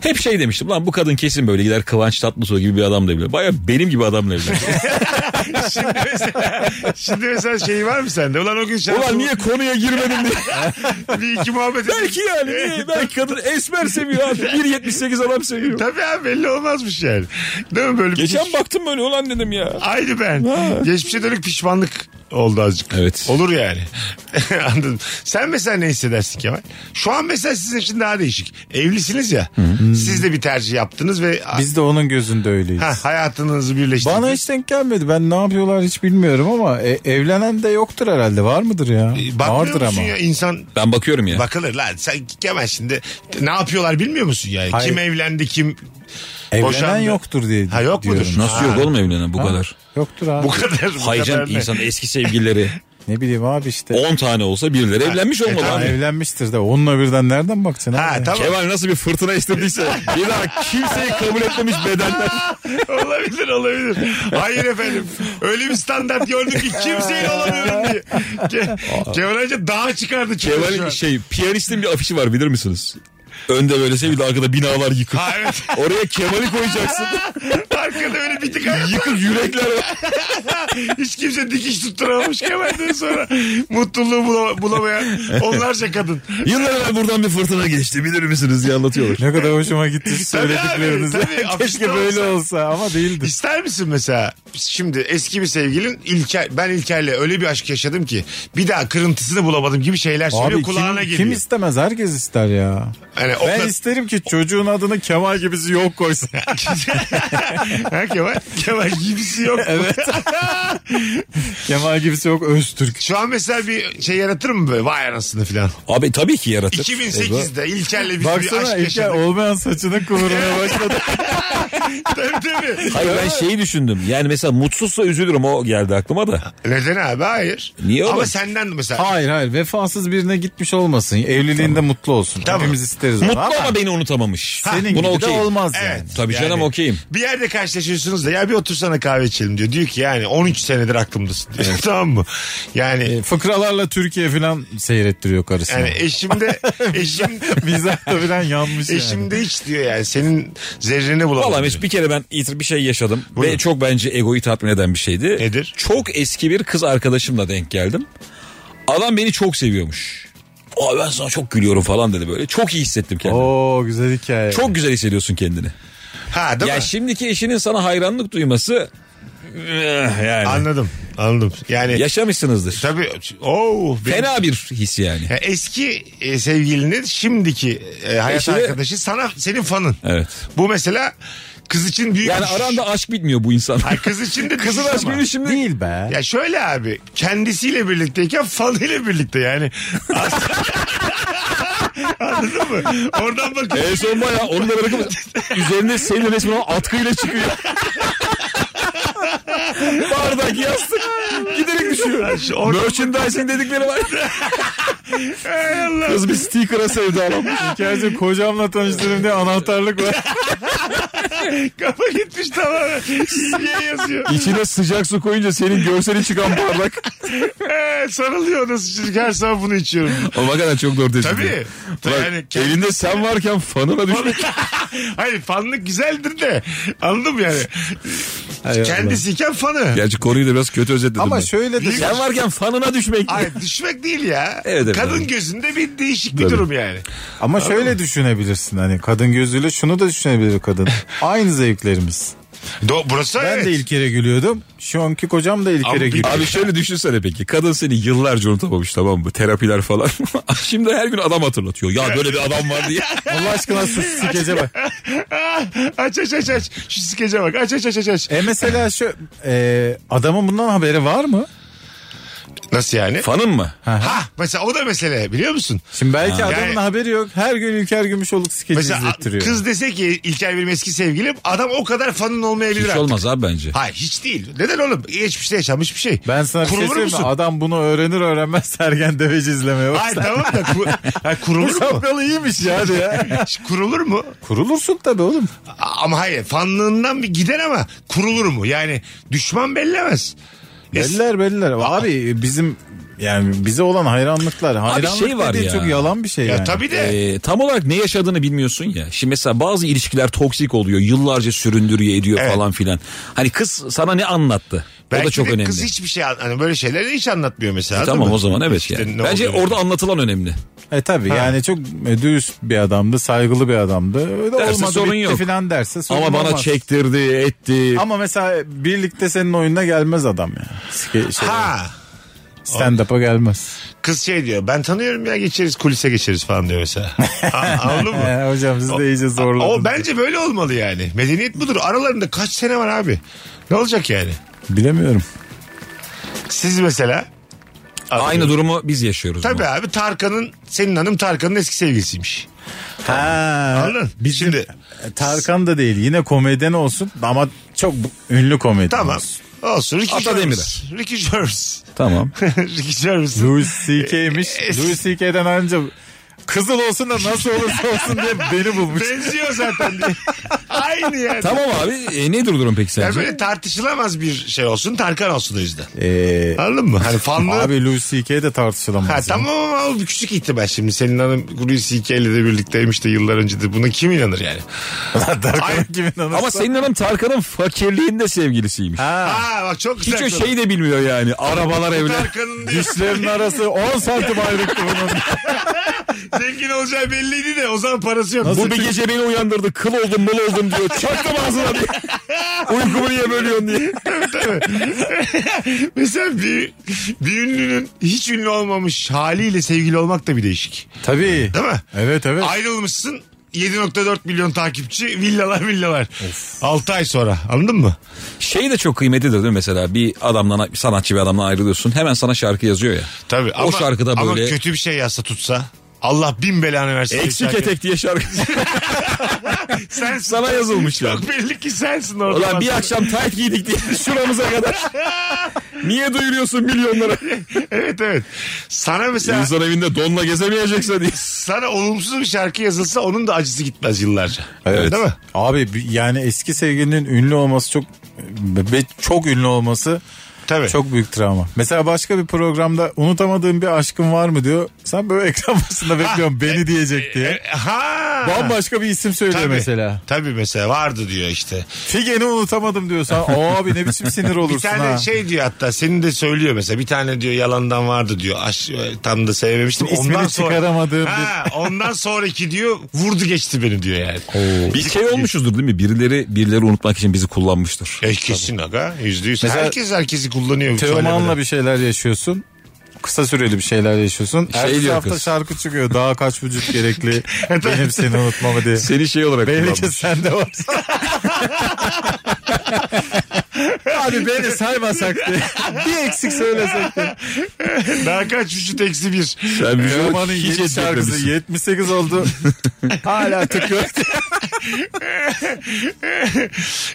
Hep şey demiştim lan bu kadın kesin böyle gider Kıvanç Tatlıtuğ gibi bir adamla evlenir. Baya benim gibi adamla evlenir.
Şimdi mesela, şimdi mesela şey var mı sende? Ulan o gün şansım-
Ulan niye konuya girmedim diye.
bir iki muhabbet edeyim.
Belki yani. Niye? Belki kadın esmer seviyor abi. 1.78 adam seviyor.
Tabii abi belli olmazmış yani. Değil mi böyle? bir-
Geçen baktım böyle ulan dedim ya.
Aynı ben. Geçmişe dönük pişmanlık oldu azıcık.
Evet.
Olur yani. Anladım. Sen mesela ne hissedersin Kemal? Şu an mesela sizin için daha değişik. Evlisiniz ya. Siz de bir tercih yaptınız ve
Biz de onun gözünde öyleyiz.
ha, hayatınızı birleştirdiniz.
Bana hiç denk gelmedi. Ben ne yapıyorlar hiç bilmiyorum ama e, evlenen de yoktur herhalde. Var mıdır ya?
E, bakmıyor
Vardır
musun
ama.
ya insan
Ben bakıyorum ya.
bakılır lan. Sen Kemal şimdi ne yapıyorlar bilmiyor musun yani?
Hayır.
Kim evlendi kim
Evlenen
boşandı?
yoktur diye
Ha, yok mudur?
diyorum.
Nasıl yok oğlum evlenen bu
Ha,
kadar?
Yoktur abi.
Bu kadar. bu
Haycan
kadar ne?
insan eski sevgilileri
Ne bileyim abi işte.
10 tane olsa birileri evlenmiş
e,
olmalı
Ha,
abi.
evlenmiştir de onunla birden nereden bakacaksın?
Ha
abi?
tamam
Kemal nasıl bir fırtına estirdiyse bir daha kimseyi kabul etmemiş bedenler.
olabilir olabilir. Hayır efendim öyle bir standart gördük ki kimseyle olamıyorum diye. Ke Kemal Hoca dağa çıkardı. çünkü şu
Kemal'in
an.
şey piyanistin bir afişi var bilir misiniz? Önde böyle sevgili arkada binalar yıkık.
Ha, evet.
Oraya Kemal'i koyacaksın.
Arkada öyle bir tık hayat.
yıkık yürekler var.
Hiç kimse dikiş tutturamamış Kemal'den sonra. Mutluluğu bula- bulamayan onlarca kadın.
Yıllar evvel buradan bir fırtına geçti bilir misiniz diye anlatıyorlar.
Ne kadar hoşuma gitti söyledikleriniz.
Tabii abi, tabii.
Keşke
Afişte
böyle
olsa.
olsa ama değildi.
İster misin mesela şimdi eski bir sevgilin İlker, ben İlker'le öyle bir aşk yaşadım ki bir daha kırıntısını bulamadım gibi şeyler söylüyor
Abi
şey kulağına
kim, kim
geliyor.
istemez? Herkes ister ya.
Hani o
ben
kadar-
isterim ki çocuğun adını Kemal gibisi yok koysun.
ha, Kemal, Kemal gibisi yok.
evet. Kemal gibisi yok Öztürk.
Şu an mesela bir şey yaratır mı böyle vay anasını filan.
Abi tabii ki yaratır.
2008'de İlker'le biz bir
Baksana
aşk
İlker
yaşadık.
olmayan saçını kıvırmaya başladı.
Tabii tabii.
Hayır ben şeyi düşündüm. Yani mesela mutsuzsa üzülürüm o geldi aklıma da.
Neden abi hayır.
Niye
Ama
oğlum?
senden mesela.
hayır hayır vefasız birine gitmiş olmasın. Evliliğinde mutlu olsun.
Tamam.
Hepimiz isteriz onu
Mutlu ama,
ama
beni unutamamış.
senin gibi de
okeyim.
olmaz
Evet.
yani.
Tabii
Yani-
canım okeyim.
Bir yerde karşılaşıyorsunuz da ya bir otursana kahve içelim diyor. Diyor ki yani 13 senedir aklımdasın. diyor. tamam mı? Yani
E, Fıkralarla Türkiye falan seyrettiriyor karısını.
yani eşimde eşim
Mizah da falan
E,
yanmış yani.
eşimde hiç diyor yani senin zerrini bulamadım.
Valla
diyor.
bir kere ben itir bir şey yaşadım
Buyurun.
ve çok bence egoyu tatmin eden bir şeydi.
Nedir?
Çok eski bir kız arkadaşımla denk geldim. Adam beni çok seviyormuş. Aa ben sana çok gülüyorum falan dedi böyle. Çok iyi hissettim kendimi.
Oo güzel hikaye.
Çok güzel hissediyorsun kendini.
Ha değil
ya
mi?
şimdiki eşinin sana hayranlık duyması eh, yani
Anladım. Anladım. Yani
yaşamışsınızdır.
tabii oo benim-
Fena bir his yani.
Ya eski e, sevgilinin şimdiki e, hayat
Eşini-
arkadaşı sana senin fanın.
Evet.
Bu mesela kız için büyük.
Yani aranda aşk bitmiyor bu insan.
Ay, kız için de
Kızın
düşüş
aşk
ama.
günü şimdi
Değil be.
Ya şöyle abi kendisiyle birlikteyken fanıyla birlikte yani. Anladın mı? Oradan bakın.
En son bayağı onu da bırakıp üzerinde senin resmin olan atkıyla çıkıyor. Bardak yastık giderek düşüyor. Merchandising dedikleri var. Kız bir sticker'a sevdalanmış.
Gerçi kocamla tanıştırdım diye anahtarlık var.
Kafa gitmiş tamamen. Siye yazıyor.
İçine sıcak su koyunca senin görseli çıkan bardak.
Ee, sarılıyor nasıl çocuk. Her sabah bunu içiyorum.
Ama hakikaten çok doğru tespit.
Tabii.
Bak,
Yani kendi-
elinde sen varken fanına düşmek.
Hayır fanlık güzeldir de. Anladım yani. Kendisiyken fanı.
Gerçi konuyu da biraz kötü özetledim.
Ama
ben.
şöyle de
Büyük-
sen varken fanına düşmek.
Ay düşmek değil ya.
Evet, evet,
Kadın
evet.
gözünde bir değişik bir
Tabii.
durum yani.
ama şöyle düşünebilirsin hani kadın gözüyle şunu da düşünebilir kadın. Aynı zevklerimiz.
Do burası
Ben
evet.
de ilk kere gülüyordum. Şu anki kocam da ilk
Ama
kere
bir-
gülüyor.
Abi şöyle düşünsene peki. Kadın seni yıllarca unutamamış tamam mı? Terapiler falan. Şimdi her gün adam hatırlatıyor. Ya böyle bir adam var diye.
Allah aşkına sus sikece bak.
Ah, aç aç aç aç. Şu skece bak. Aç aç aç aç, aç.
E mesela şu e, adamın bundan haberi var mı?
Nasıl yani?
Fanın mı?
Ha mesela o da mesele biliyor musun?
Şimdi belki adamın
Yani-
haberi yok. Her gün İlker Gümüşoluk skeci
Mesela
izlettiriyor.
kız dese ki İlker benim eski sevgilim adam o kadar fanın olmayabilir
Hiç
artık.
şey olmaz abi bence.
Hayır hiç değil. Neden oğlum? Geçmişte yaşanmış bir şey.
Ben sana bir şey
Kurulur
söyleyeyim mi?
musun?
Adam bunu öğrenir öğrenmez Sergen Deveci izlemeye
Hayır
başlar.
tamam da ku- Ha, kurulur mu?
Sapkalı iyiymiş ya. hadi ya.
kurulur mu?
Kurulursun tabii oğlum.
Ama hayır fanlığından bir gider ama kurulur mu? Yani düşman bellemez. E, Es-
Beller beller. Abi bizim yani bize olan hayranlıklar. Hayranlık
şey var
dediğin
ya.
çok yalan bir şey
Ya
yani.
tabii de.
Ee, tam olarak ne yaşadığını bilmiyorsun ya. Şimdi mesela bazı ilişkiler toksik oluyor. Yıllarca süründürüyor ediyor
Evet.
falan filan. Hani kız sana ne anlattı?
Belki
o da çok
de
önemli.
Kız hiçbir şey an- hani böyle şeyleri hiç anlatmıyor mesela. anladın
tamam
mı?
o zaman evet
İşte
yani.
ne
Bence
oluyor?
orada anlatılan önemli.
E tabii yani çok dürüst bir adamdı, saygılı bir adamdı. Öyle
Derse
olmadı
sorun
bitti
yok.
falan derse sorun
Ama bana şey-
olmaz.
çektirdi, etti.
Ama mesela birlikte senin oyununa gelmez adam yani. Ske- Şey,
Ha
stand up'a gelmez.
kız şey diyor ben tanıyorum ya geçeriz kulise geçeriz falan diyor mesela. A- Anladın mı?
He, E, hocam siz
O-
de iyice zorladınız.
O bence böyle olmalı yani. Medeniyet budur. Aralarında kaç sene var abi? Ne olacak yani?
Bilemiyorum.
Siz mesela
Aynı durumu biz yaşıyoruz.
Tabii
ama.
abi Tarkan'ın senin hanım Tarkan'ın eski sevgilisiymiş.
Ha,
Anladın? Şimdi
Tarkan da değil yine komedyen olsun ama çok bu- ünlü komedyen
tamam.
olsun.
Olsun Ricky
Ata
Gervais. Ricky Gervais.
Tamam.
Ricky Gervais.
Louis C.K.'miş.
Es-
Louis C.K'den önce kızıl olsun da nasıl olursa olsun diye beni bulmuş.
Benziyor zaten diye. Aynı yani.
tamam abi. E, nedir durum peki
Yani
sence?
böyle tartışılamaz bir şey olsun Tarkan olsun o yüzden.
Ee,
Anladın mı? Hani fanlı.
abi Louis C.K. de tartışılamaz.
Ha
ya.
tamam ama o bir küçük ihtimal şimdi. Senin hanım Louis C.K. ile de birlikteymiş de yıllar önce de. Buna kim inanır yani?
Tarkan'a
Ay-
kimin anası?
Ama senin hanım Tarkan'ın fakirliğinde sevgilisiymiş.
Ha.
Ha bak çok
Hiç
güzel.
o şey şeyi de bilmiyor yani. Arabalar evler.
Tarkan'ın diyor,
Dişlerin arası 10 santim ayrıktı bunun.
zengin olacağı belliydi de o zaman parası yok.
Bu bir gece beni uyandırdı. Kıl oldum mıl oldum diyor. Çaktım ağzına diye. Uykumu niye bölüyorsun diye.
Mesela bir, bir ünlünün hiç ünlü olmamış haliyle sevgili olmak da bir değişik.
Tabii.
Değil mi?
Evet evet.
Ayrılmışsın 7.4 milyon takipçi villalar villalar. 6 ay sonra anladın mı?
Şey de çok kıymetlidir değil mi mesela? Bir adamdan, bir sanatçı bir adamdan ayrılıyorsun. Hemen sana şarkı yazıyor ya.
Tabii
O şarkıda
ama
böyle- E,
kötü bir şey yazsa tutsa Allah bin belanı versin.
Eksik
Şarkı-
etek diye şarkı.
Sensin.
Sana yazılmış ya.
Çok belli ki sensin orada.
Ulan bir akşam tayt giydik diye şuramıza kadar. Niye duyuruyorsun milyonlara?
Evet evet. Sana mesela
İnsan evinde donla gezemeyeceksin diye.
sana olumsuz bir şarkı yazılsa onun da acısı gitmez yıllarca. Değil mi?
Abi bi- yani eski sevgilinin ünlü olması çok ve çok ünlü olması
Tabii.
çok büyük travma. Mesela başka bir programda unutamadığım bir aşkın var mı diyor. Sen böyle ekran başında bekliyorsun beni diyecek diye.
E, Ha.
Bambaşka bir isim söylüyor
Tabii.
mesela.
Tabii mesela vardı diyor işte.
Figen'i unutamadım diyor. Sen abi ne biçim sinir
Bir
olursun
tane
ha.
şey diyor hatta senin de söylüyor mesela bir tane diyor yalandan vardı diyor. Aş, e, tam da sevmemiştim.
İsmini
ondan sonra,
çıkaramadığım
Ha, ondan sonraki diyor vurdu geçti beni diyor yani.
Bir şey olmuşuzdur değil mi? Birileri birileri unutmak için bizi kullanmıştır.
E, kesin aga yüzde yüz.
Mesela
Herkes herkesi kullanıyor. bu
Teoman'la
söylemede.
bir şeyler yaşıyorsun. Kısa süreli bir şeyler yaşıyorsun.
Şey
Ertesi
diyor
hafta
kız.
şarkı çıkıyor. Daha kaç vücut gerekli benim seni
Şey
unutmamı diye.
Seni şey olarak
Belli
kullanmış.
ki sende var. Abi beni saymasak diye. bir eksik söylesek diye.
Daha kaç üçü eksi bir.
Sen bir şey
Teoman'ın
hiç
yeni şarkısı
etmemişsin.
78 oldu. Hala tık yok.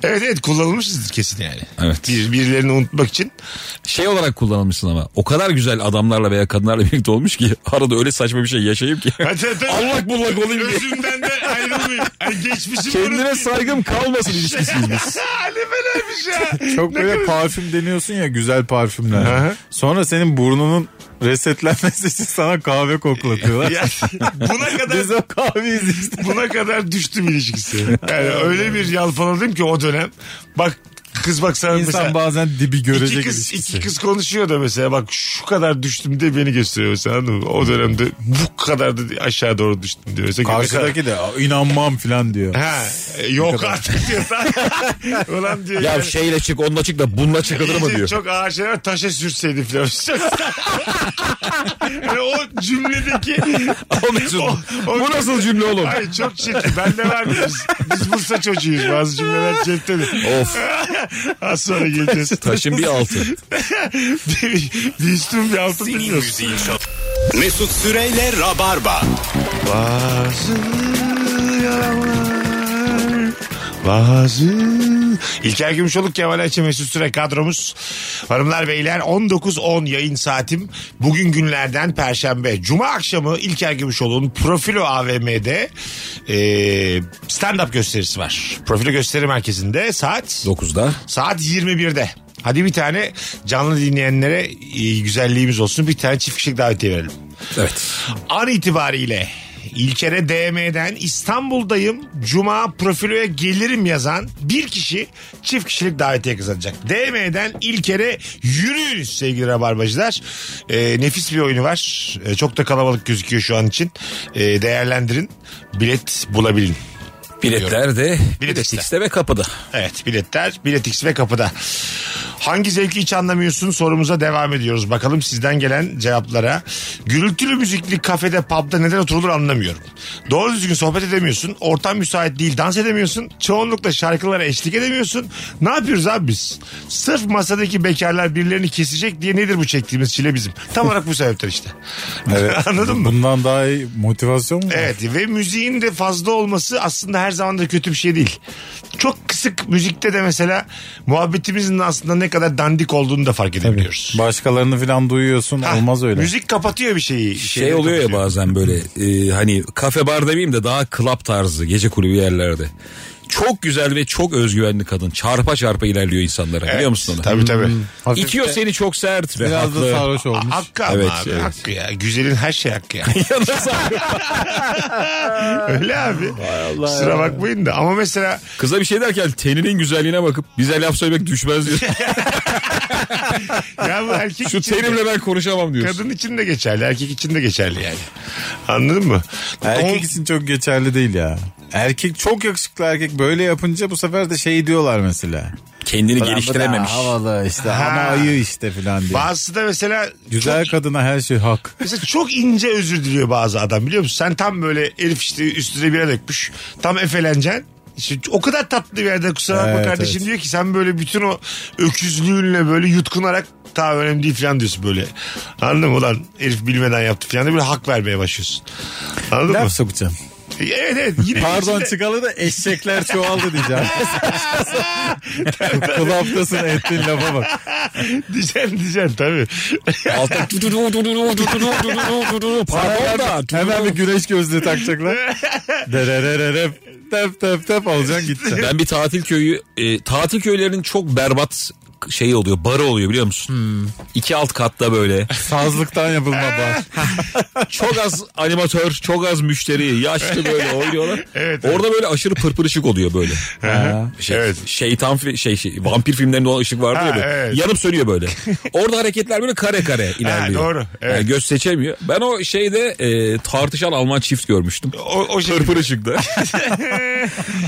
Evet evet kullanılmışızdır kesin yani.
Evet.
Bir, birilerini unutmak için.
Şey olarak kullanılmışsın ama. O kadar güzel adamlarla veya kadınlarla birlikte olmuş ki arada öyle saçma bir şey yaşayayım ki.
Hadi, hadi.
Allah bullak olayım diye.
Özümden de ayrılmayayım. Ay, geçmişimi
Kendine
unutmayayım.
saygım kalmasın ilişkisiyiz biz.
ne Hani fenaymış ya.
Çok
Ne
böyle
kadar-
parfüm deniyorsun ya güzel parfümler.
Aha.
Sonra senin burnunun resetlenmesi için sana kahve koklatıyorlar.
Ya, buna kadar
Biz o kahveyi işte.
buna kadar düştüm ilişkisi. Yani öyle bir yalpaladım ki o dönem. Bak kız bak sana
İnsan
mesela.
bazen dibi görecek
İki kız,
ilişkisi.
iki kız konuşuyor da mesela bak şu kadar düştüm diye beni gösteriyor mesela anladın mı? O dönemde bu kadar da aşağı doğru düştüm diyor. Mesela
Karşıdaki de "Aa, inanmam falan diyor.
Ha, e, yok artık diyor. Ulan diyor.
Ya
şey
yani,
şeyle çık onunla çık da bununla çıkılır mı
iyice
diyor.
Çok ağır şeyler taşa sürseydi falan. Çok- yani o cümledeki
O Mesut,
O- o-
bu nasıl cümle oğlum?
Ay çok çirkin. Ben de var. Biz, biz Bursa çocuğuyuz. Bazı cümleler cepte de.
Of
Az sonra geleceğiz.
taşın bir altı.
bir, bir üstün bir altın bilmiyoruz.
Mesut Süreyle Rabarba.
Bazı yalanlar, bazı... İlker Gümüşoluk, Kemal Ayça, Mesut Süre kadromuz. Hanımlar beyler 19.10 yayın saatim. Bugün günlerden Perşembe. Cuma akşamı İlker Gümüşoluk'un Profilo AVM'de e, stand-up gösterisi var. Profilo Gösteri Merkezi'nde saat
9'da.
Saat 21'de. Hadi bir tane canlı dinleyenlere e, güzelliğimiz olsun. Bir tane çift kişilik davetiye verelim.
Evet.
An itibariyle İlker'e DM'den İstanbul'dayım Cuma profiloya gelirim yazan bir kişi çift kişilik davetiye kazanacak. DM'den İlker'e yürüyünüz sevgili rabarbacılar. Ee, nefis bir oyunu var. Ee, çok da kalabalık gözüküyor şu an için. Ee, değerlendirin. Bilet bulabilin.
Biletler de
Bilet
Bilet
X'te.
X'te ve kapıda.
Evet biletler biletix ve kapıda. Hangi zevki hiç anlamıyorsun sorumuza devam ediyoruz. Bakalım sizden gelen cevaplara. Gürültülü müzikli kafede pubda neden oturulur anlamıyorum. Doğru düzgün sohbet edemiyorsun. Ortam müsait değil dans edemiyorsun. Çoğunlukla şarkılara eşlik edemiyorsun. Ne yapıyoruz abi biz? Sırf masadaki bekarlar birilerini kesecek diye nedir bu çektiğimiz çile bizim? Tam olarak bu sebepten işte. Anladın mı?
Bundan daha iyi motivasyon mu? var?
Evet ve müziğin de fazla olması aslında her zaman da kötü bir şey değil. Çok kısık müzikte de mesela muhabbetimizin aslında ne kadar dandik olduğunu da fark edebiliyoruz.
Başkalarını falan duyuyorsun
Ha,
olmaz öyle.
Müzik kapatıyor bir şeyi.
Şey oluyor ya bazen böyle e, hani kafe bar demeyeyim de daha club tarzı gece kulübü yerlerde. Çok güzel ve çok özgüvenli kadın. Çarpa çarpa ilerliyor insanlara biliyor musun onu?
Tabii tabii.
Hafif
İtiyor seni çok sert ve
biraz da
haklı.
sarhoş olmuş.
Hakkı ama
Evet,
abi
evet.
hakkı ya. Güzelin her şey hakkı ya.
Yalnız abi,
Öyle abi. Sıra bakmayın da ama mesela
Kıza bir şey derken teninin güzelliğine bakıp bize laf söylemek düşmez diyor.
ya bu erkek
Şu
için de-
tenimle ben konuşamam diyor.
kadın için de geçerli erkek için de geçerli yani. Anladın mı?
Erkek
On-
için çok geçerli değil ya. Erkek çok yakışıklı erkek böyle yapınca bu sefer de şey diyorlar mesela.
Kendini
Ulan bu da
geliştirememiş.
Havalı işte ama
Ha.
ayı işte filan diye.
Bazısı da mesela
Güzel kadına her şey hak.
Mesela çok ince özür diliyor bazı adam biliyor musun? Sen tam böyle herif işte üstüne bira dökmüş. Tam efeleneceksin. İşte o kadar tatlı bir yerde kusura bakma
Evet,
kardeşim
evet.
diyor ki sen böyle bütün o öküzlüğünle böyle yutkunarak daha önemli değil falan diyorsun böyle. Anladın mı ulan herif bilmeden yaptı falan da böyle hak vermeye başlıyorsun. Anladın mı?
Laf sokacağım.
Evet evet yine
Pardon
içinde-
çıkalı da eşekler çoğaldı diyeceğim. Kulaptasın ettiğin lafa bak.
diyeceksin diyeceksin tabii.
Altta du- du- du- du- du- du- du- du- du- du- du- du- Pardon da.
Hemen bir güneş gözlüğü takacaklar. Dererererep. Tep tep tep alacaksın gideceksin.
Ben bir tatil köyü e, tatil köylerinin çok berbat şeyi oluyor. Barı oluyor biliyor musun? İki alt katta böyle.
Sazlıktan yapılma bar.
Çok az animatör, çok az müşteri, yaşlı böyle oynuyorlar.
Evet.
Orada böyle aşırı pırpır ışık oluyor böyle. Şey,
Evet.
Şeytan fi- şey, şey vampir filmlerinde olan ışık vardı ya
Ha,
böyle.
evet.
Yanıp sönüyor böyle. Orada hareketler böyle kare kare ilerliyor.
doğru, evet.
Yani göz seçemiyor. Ben o şeyde e, tartışan Alman çift görmüştüm.
O, o şey.
Pırpır ışıkta.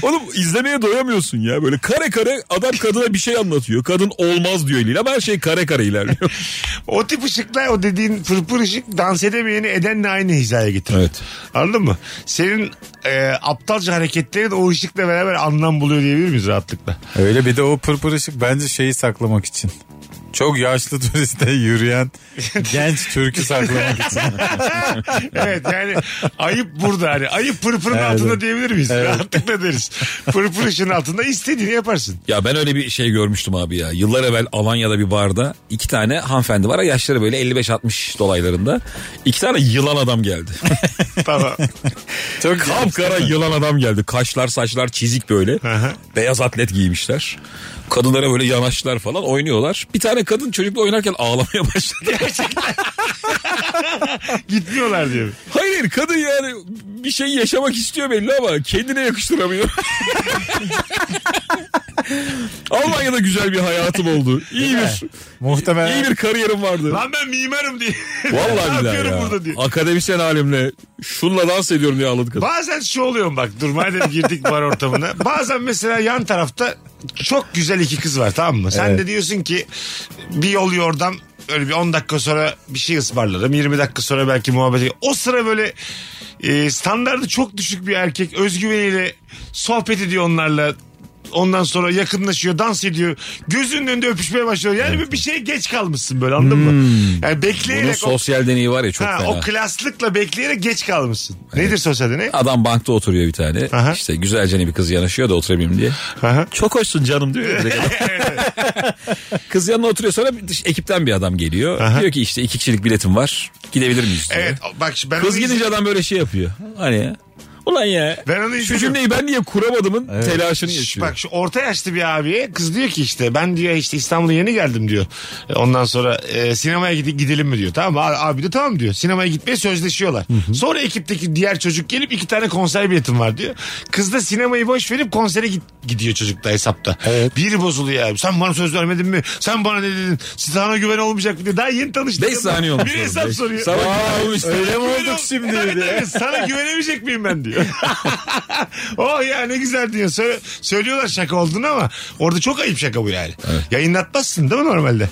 Oğlum izlemeye doyamıyorsun ya. Böyle kare kare adam kadına bir şey anlatıyor. Kadın olmaz diyor eliyle ama her şey kare kare ilerliyor.
O tip ışıklar o dediğin pırpır ışık dans edemeyeni edenle aynı hizaya getirir.
Evet.
Anladın mı? Senin e, aptalca hareketlerin o ışıkla beraber anlam buluyor diyebilir miyiz rahatlıkla?
Öyle bir de o pırpır ışık bence şeyi saklamak için. Çok yaşlı turiste yürüyen genç Türk'ü saklamak için.
evet yani ayıp burada hani ayıp pırpırın altında diyebilir miyiz? Rahatlıkla deriz. Pırpır ışığın altında istediğini yaparsın.
Ya ben öyle bir şey görmüştüm abi ya. Yıllar evvel Alanya'da bir barda iki tane hanımefendi var. Yaşları böyle 55-60 dolaylarında. İki tane yılan adam geldi.
Tamam.
Çok
Kapkara yılan adam geldi. Kaşlar saçlar çizik böyle.
hı.
Beyaz atlet giymişler. Kadınlara böyle yanaştılar falan oynuyorlar. Bir tane kadın çocukla oynarken ağlamaya başladı.
Gitmiyorlar diyor.
hayır hayır, kadın yani bir şey yaşamak istiyor belli ama kendine yakıştıramıyor. Almanya'da güzel bir hayatım oldu. İyi bir, iyi
Muhtemelen
bir kariyerim vardı.
Lan ben mimarım diye. ne
Vallahi billahi
yapıyorum
ya.
burada diye.
Akademisyen halimle şunla dans ediyorum diye ağladı kadın.
Bazen şu oluyor bak dur madem girdik bar ortamına. Bazen mesela yan tarafta çok güzel iki kız var tamam mı? Sen de diyorsun ki bir yol yordam öyle bir 10 dakika sonra bir şey ısmarlarım. 20 dakika sonra belki muhabbet O sıra böyle e, standardı çok düşük bir erkek özgüveniyle sohbet ediyor onlarla. Ondan sonra yakınlaşıyor, dans ediyor. Gözünün önünde öpüşmeye başlıyor. Yani bir- bir şeye geç kalmışsın böyle anladın mı? Yani
Bunun
bekleyerek o,
sosyal deneyi var ya çok
ha,
fena.
o klaslıkla bekleyerek geç kalmışsın. Nedir sosyal deney?
Adam bankta oturuyor bir tane.
Aha.
İşte güzelce bir kız yanaşıyor da oturabileyim diye.
Aha.
Çok hoşsun canım diyor. ya direkt adam. kız yanına oturuyor sonra bir dış- ekipten bir adam geliyor. Diyor ki işte iki kişilik biletim var. Gidebilir miyiz diyor.
Evet bak şimdi ben
Kız
onu
gidince adam böyle şey yapıyor. Hani ya. Ulan ya.
Ben onu
şu
izledim.
cümleyi ben niye kuramadımın telaşını
Şş,
yaşıyor.
Bak şu orta yaşlı bir abiye kız diyor ki işte ben diyor işte İstanbul'a yeni geldim diyor. E, Ondan sonra e, sinemaya gidi- gidelim mi diyor. Tamam mı? A- abi de tamam diyor. Sinemaya gitmeye sözleşiyorlar. Sonra ekipteki diğer çocuk gelip iki tane konser biletim var diyor. Kız da sinemayı boş verip konsere git- gidiyor çocuk da hesapta. Biri bozuluyor abi. Sen bana söz vermedin mi? Sen bana ne dedin? Sana güven olmayacak mı diyor. Daha yeni tanıştık.
5 saniye olmuş.
Bir
orada.
hesap
Beş-
soruyor.
Sabah olmuş.
öyle mi
Güven
olduk
ol-
şimdi
Evet,
diye.
evet, sana güvenemeyecek miyim ben diyor. oh ya ne güzel diyor. Sö- söylüyorlar şaka olduğunu ama orada çok ayıp şaka bu yani. Yayınlatmazsın değil mi normalde?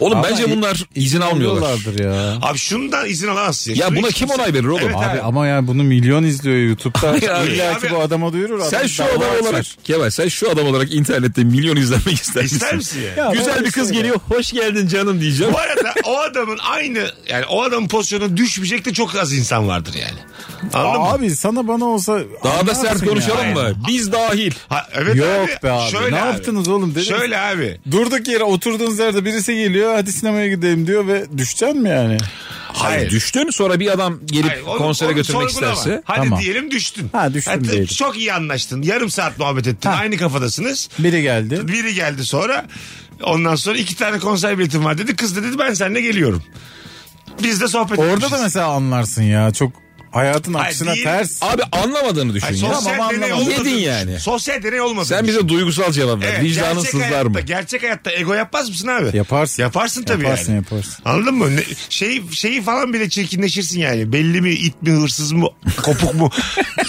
Oğlum
Ama
bence
i-
bunlar izin almıyorlar.
Alıyorlardır ya.
Abi şundan izin alamazsın.
Ya
E Şunu
buna
hiç
kim
kimse-
onay verir oğlum?
Evet,
Abi
Abi ama yani bunu milyon izliyor YouTube'da.
abi.
İlla ki
Abi-
bu adama duyurur.
Sen
adam
şu
dava
adam
açar.
olarak Kemal sen şu adam olarak internette milyon izlenmek ister misin?
İster misin yani?
Ya
Güzel
ben
bir kız
isterim.
geliyor. Hoş geldin canım diyeceğim.
Bu arada o adamın aynı yani o adamın pozisyonuna düşmeyecek de çok az insan vardır yani. Anladın mı?
Abi sana bana olsa
Daha da
anlarsın
sert
ya.
konuşalım mı? Biz dahil.
Ha, evet
Yok be abi.
Şöyle
ne
abi.
yaptınız oğlum dedim.
Şöyle abi.
Durduk yere oturduğunuz yerde birisi geliyor hadi sinemaya gidelim diyor ve düşeceksin mi yani?
Hayır.
Düştün sonra bir adam gelip
Hayır, onu-
konsere
onu
götürmek
sorgulama.
isterse.
Hadi
Tamam.
diyelim düştün.
Ha, düştüm
Hadi
diyelim.
Çok iyi anlaştın. Yarım saat muhabbet ettin. Aynı kafadasınız.
Biri geldi.
Biri geldi sonra. Ondan sonra iki tane konser biletim var dedi. Kız da dedi ben seninle geliyorum. Biz de sohbet
Orada
etmişiz.
da mesela anlarsın ya çok hayatın
Hayır,
aksine
değil.
ters.
Abi anlamadığını düşün
Ay,
ya.
sosyal
Tamam,
deney
anlamadım.
olmadı.
Yedin yani.
Sosyal deney olmadı.
Sen bize duygusal cevap ver.
Evet,
Vicdanın
gerçek
sızlar
hayatta,
mı?
Gerçek hayatta ego yapmaz mısın abi?
Yaparsın.
Yaparsın tabii
Yaparsın,
yani.
yaparsın.
Anladın mı? Ne- şey, şeyi falan bile çirkinleşirsin yani. Belli mi, it mi, hırsız mı, kopuk mu?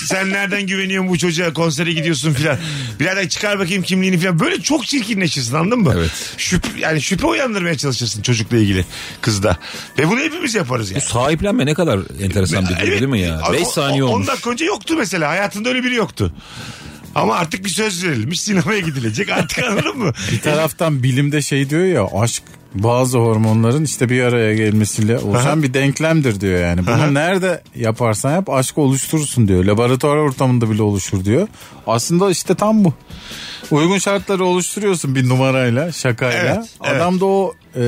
Sen nereden güveniyorsun bu çocuğa? Konsere gidiyorsun filan. Birader çıkar bakayım kimliğini filan. Böyle çok çirkinleşirsin anladın mı?
Evet.
Şüphe, yani şüphe uyandırmaya çalışırsın çocukla ilgili kızda. Ve bunu hepimiz yaparız yani.
Sahiplenme ne kadar enteresan bir durum
Evet.
değil mi ya?
Abi
5
o-
saniye
o-
olmuş.
10 dakika önce yoktu mesela. Hayatında öyle biri yoktu. Ama artık bir söz verilmiş. Sinemaya gidilecek. Artık anladın mı?
Bir taraftan bilimde şey diyor ya aşk bazı hormonların işte bir araya gelmesiyle oluşan bir denklemdir diyor yani. Bunu nerede yaparsan yap aşkı oluşturursun diyor. Laboratuvar ortamında bile oluşur diyor. Aslında işte tam bu. Uygun şartları oluşturuyorsun bir numarayla, şakayla.
Evet, evet.
Adam da o e,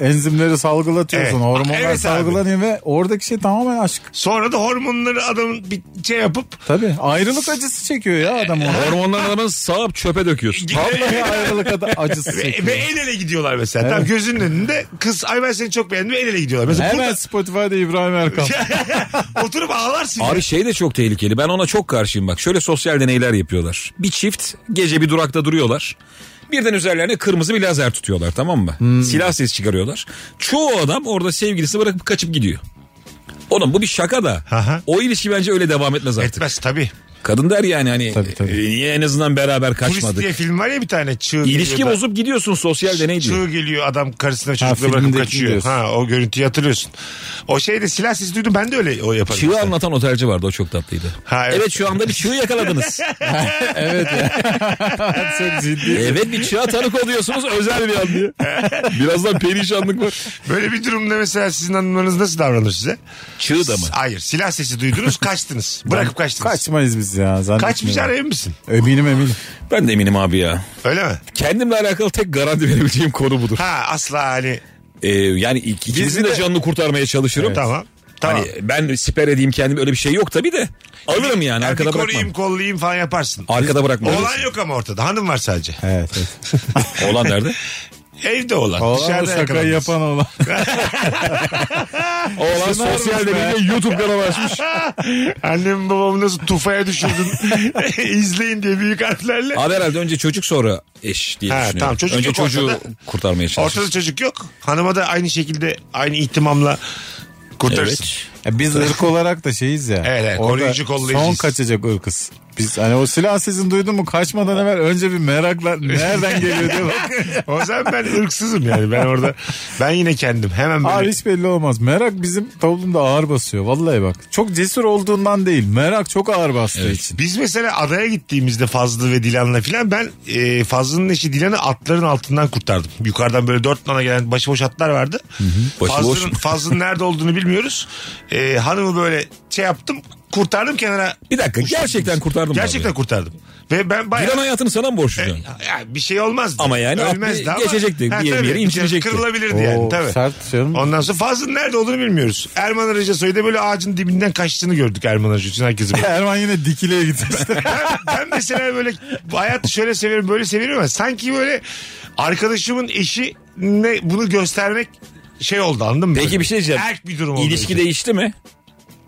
enzimleri salgılatıyorsun.
Evet.
Hormonlar
Evet abi.
salgılanıyor ve oradaki şey tamamen aşk.
Sonra da hormonları adamın bir şey yapıp
Tabii. Ayrılık acısı çekiyor ya adam. onu.
Hormonlar adamı sağıp çöpe döküyorsun.
Vallahi ayrılık ad- acısı
Ve, ve
çekiyor.
el ele gidiyorlar mesela. Tam gözünün önünde kız ay ben seni çok beğendim el ele gidiyorlar. Mesela
Hemen Spotify'da İbrahim
Şey
Erkal.
burada oturup ağlarsın. ya.
Abi şey de çok tehlikeli. Ben ona çok karşıyım bak. Şöyle sosyal deneyler yapıyorlar. Bir çift gece bir durakta duruyorlar. Birden üzerlerine kırmızı bir lazer tutuyorlar tamam mı? Silah sesi çıkarıyorlar. Çoğu adam orada sevgilisi bırakıp kaçıp gidiyor. Oğlum bu bir şaka da.
Aha.
O ilişki bence öyle devam etmez artık.
Etmez tabii.
Kadın der yani hani
Tabii, tabii.
e, niye en azından beraber
Polis
kaçmadık.
diye film var ya bir tane çığ
İlişki
geliyor da-
bozup gidiyorsun sosyal deney diyor.
Çığ geliyor adam karısına çocukla bırakıp
filmdeki
kaçıyor.
diyorsun.
Ha o görüntüyü hatırlıyorsun. O şeyde silah sesi duydum ben de öyle o yaparım.
Çığı anlatan otelci vardı o çok tatlıydı.
Ha, evet.
evet. şu anda bir çığı yakaladınız.
Çok ciddi.
evet bir çığa tanık oluyorsunuz özel bir an diye. Birazdan perişanlık var.
Böyle bir durumda mesela sizin hanımlarınız nasıl davranır size?
Çığı da mı?
Hayır silah sesi duydunuz kaçtınız. Bırakıp kaçtınız.
Kaçmayız biz ya. zannetmiyorum.
Kaçmayacağına emin misin?
Eminim eminim.
Ben de eminim abi ya.
Öyle mi?
Kendimle alakalı tek garanti verebileceğim konu budur.
Ha asla hani
Ee, yani ik- ikimizin de canını kurtarmaya çalışırım.
tamam. Tamam.
Hani ben siper edeyim kendimi öyle bir şey yok tabii de. Alırım yani
Yani
arkada
bir koruyayım
bırakmam.
kollayayım falan yaparsın.
Arkada bırakmam.
Olan yok ama ortada. Hanım var sadece.
Evet. evet.
Oğlan nerede?
Evde olan.
Olan o
dışarıda
şakayı
yakalanmaz.
yapan olan.
Oğlan sosyal medyada YouTube kanalı açmış.
Ah! Annem babamı nasıl tufaya düşürdün izleyin diye büyük harflerle.
Abi herhalde önce çocuk sonra eş diye
Ha,
düşünüyorum.
tamam, çocuk
önce
yok
çocuğu
ortada.
kurtarmaya çalışır.
Ortada çocuk yok. Hanıma da aynı şekilde aynı ihtimamla kurtarırsın.
Evet.
Ya biz ırk olarak da şeyiz ya.
Evet, evet,
Orada
koruyucu, kollayıcıyız.
Son kaçacak ırkız. Biz hani o silah sesini duydun mu kaçmadan evvel önce bir merakla nereden geliyor diye bak.
o zaman ben ırksızım yani. Ben orada ben yine kendim. Hemen böyle.
Abi hiç belli olmaz. Merak bizim toplumda ağır basıyor. Vallahi bak. Çok cesur olduğundan değil. Merak çok ağır bastığı için.
Biz mesela adaya gittiğimizde Fazlı ve Dilan'la filan ben e, Fazlı'nın eşi Dilan'ı atların altından kurtardım. Yukarıdan böyle dört tane gelen başıboş atlar vardı.
Başıboş
Fazlı'nın,
mu?
Fazlı'nın nerede olduğunu bilmiyoruz. E, hanımı böyle şey yaptım kurtardım kenara.
Bir dakika gerçekten kurtardım.
Gerçekten
abi.
kurtardım. Ve ben bayağı...
Dilan hayatını sana mı borçluydun?
Ya bir şey olmazdı.
Ama yani
Ölmezdi
aklı
ama.
geçecekti. Bir yere- bir
tabii.
yere incilecekti.
Kırılabilirdi yani
Oo,
tabii.
Sert canım.
Ondan sonra Fazlı'nın nerede olduğunu bilmiyoruz. Erman Arıca soyda böyle ağacın dibinden kaçtığını gördük Erman Arıca için herkesi. böyle.
Erman yine dikileye gitti.
ben, ben mesela böyle bu hayatı şöyle severim böyle severim ama sanki böyle arkadaşımın eşi ne bunu göstermek şey oldu anladın mı?
Peki bir şey diyeceğim.
Erk bir durum oldu. şey.
İlişki değişti mi?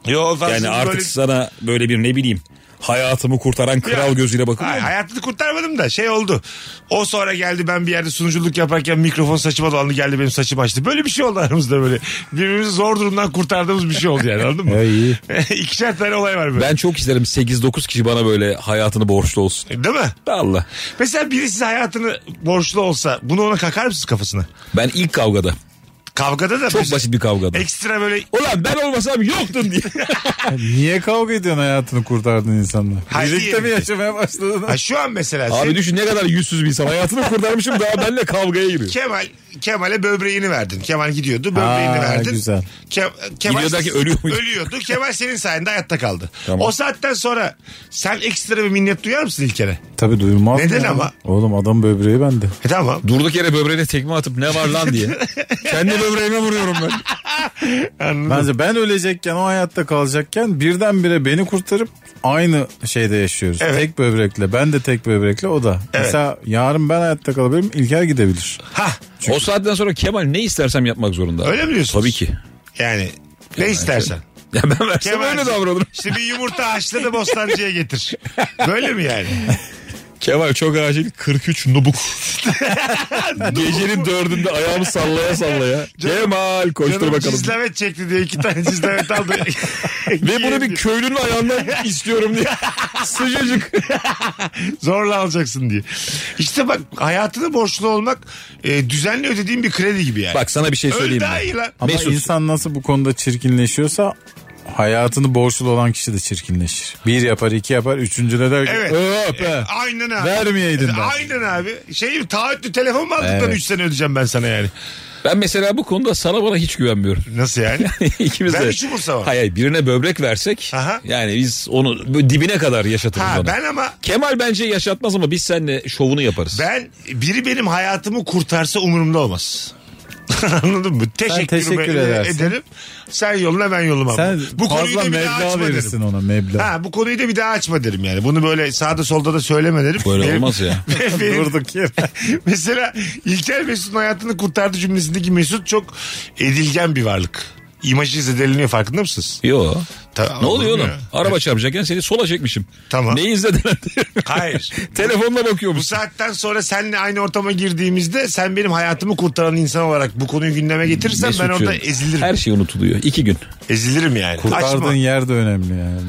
Yo, Fazlı
Yani artık
böyle-
sana böyle bir ne bileyim hayatımı kurtaran kral
Ya.
gözüyle bakılıyor
Hayır,
mu?
hayatını kurtarmadım da şey oldu. O sonra geldi ben bir yerde sunuculuk yaparken mikrofon saçıma dolandı geldi benim saçım açtı. Böyle bir şey oldu aramızda böyle. Birbirimizi zor durumdan kurtardığımız bir şey oldu yani anladın mı?
Ya iyi.
İkişer tane olay var böyle.
Ben çok isterim 8-9 kişi bana böyle hayatını borçlu olsun.
Değil mi?
Allah.
Mesela biri size hayatını borçlu olsa bunu ona kakar mısınız kafasına?
Ben ilk kavgada.
Kavgada da
Çok
mesela
basit bir kavgada.
Ekstra böyle
Ulan ben olmasam yoktun diye.
Niye kavga ediyorsun hayatını kurtardığın insanla?
Hayır,
Birlikte mi
diyelim.
yaşamaya başladın?
Ha, şu an mesela
Abi
sen-
düşün ne kadar yüzsüz bir insan. Hayatını kurtarmışım daha benimle kavgaya giriyor.
Kemal Kemal'e böbreğini verdin. Kemal gidiyordu böbreğini
Ha,
verdin.
güzel.
Ke- Kemal
Gidiyordu ki ölüyor muydu?
Ölüyordu. Kemal senin sayende hayatta kaldı.
Tamam.
O saatten sonra sen ekstra bir minnet duyar mısın ilk kere?
Tabii duymaz.
Neden
ya.
ama?
Oğlum adam böbreği bende.
E tamam.
Durduk yere böbreğine tekme atıp ne var lan diye. Kendi böbreğime vuruyorum ben.
Anladım.
Bence ben ölecekken o hayatta kalacakken birdenbire beni kurtarıp aynı şeyde yaşıyoruz.
Evet.
Tek böbrekle ben de tek böbrekle o da. Mesela yarın ben hayatta kalabilirim İlker gidebilir.
Hah,
O saatten sonra Kemal ne istersem yapmak zorunda.
Öyle mi diyorsunuz?
Tabii ki.
Yani ne istersen.
Ya ben versem
Kemal-
öyle davranırım.
İşte bir yumurta haşla da bostancıya getir. Böyle mi yani?
Kemal çok acil 43 nubuk. Gecenin dördünde ayağımı sallaya sallaya. Kemal koştur
Canım
bakalım.
cizlemet çekti diye iki tane cizlemet aldı.
Ve bunu bir köylünün ayağından istiyorum diye. Sıcacık.
Zorla alacaksın diye. İşte bak hayatını borçlu olmak e, düzenli ödediğin bir kredi gibi yani.
Bak sana bir şey
Öyle
söyleyeyim
daha
mi?
iyi lan.
Ama
Mesut.
insan nasıl bu konuda çirkinleşiyorsa hayatını borçlu olan kişi de çirkinleşir. Bir yapar iki yapar üçüncüde der ki
Evet.
"Hop
E,
he."
Aynen abi. E,
Vermeyeydin ben.
Aynen abi. Şey taahhütlü telefon mu aldıktan
Evet.
3 sene ödeyeceğim ben sana yani.
Ben mesela bu konuda sana bana hiç güvenmiyorum.
Nasıl yani?
İkimiz
Ben
de.
hiç umursamam.
Hayır hayır, birine böbrek versek
Aha.
yani biz onu böyle dibine kadar yaşatırız
ha
onu.
ben ama
Kemal bence yaşatmaz ama biz seninle şovunu yaparız.
ben biri benim hayatımı kurtarsa umurumda olmaz. Anladın mı? Teşekkür,
teşekkür edersin.
ederim. Sen yoluna ben yoluma.
Sen
bu konuyu
fazla
da bir daha
meblağ
açma
verirsin
derim.
ona meblağ.
Ha bu konuyu da bir daha açma derim yani. Bunu böyle sağda solda da söyleme derim.
Böyle
Benim-
olmaz ya.
benim,
Durduk yere.
Mesela İlker Mesut'un hayatını kurtardı cümlesindeki Mesut çok edilgen bir varlık. İmajı zedeleniyor farkında mısınız?
Yo.
Ta-
Ne oluyor oğlum?
Ya.
Araba çarpacakken seni sola çekmişim.
Tamam.
Neyi izledin?
Hayır.
Telefonla
Bu
bakıyormuş.
saatten sonra seninle aynı ortama girdiğimizde sen benim hayatımı kurtaran insan olarak bu konuyu gündeme getirirsen ben
Mesut'cuğum,
orada ezilirim.
Her şey unutuluyor. İki gün.
Ezilirim yani.
Kurtardığın
Açma.
yer de önemli yani.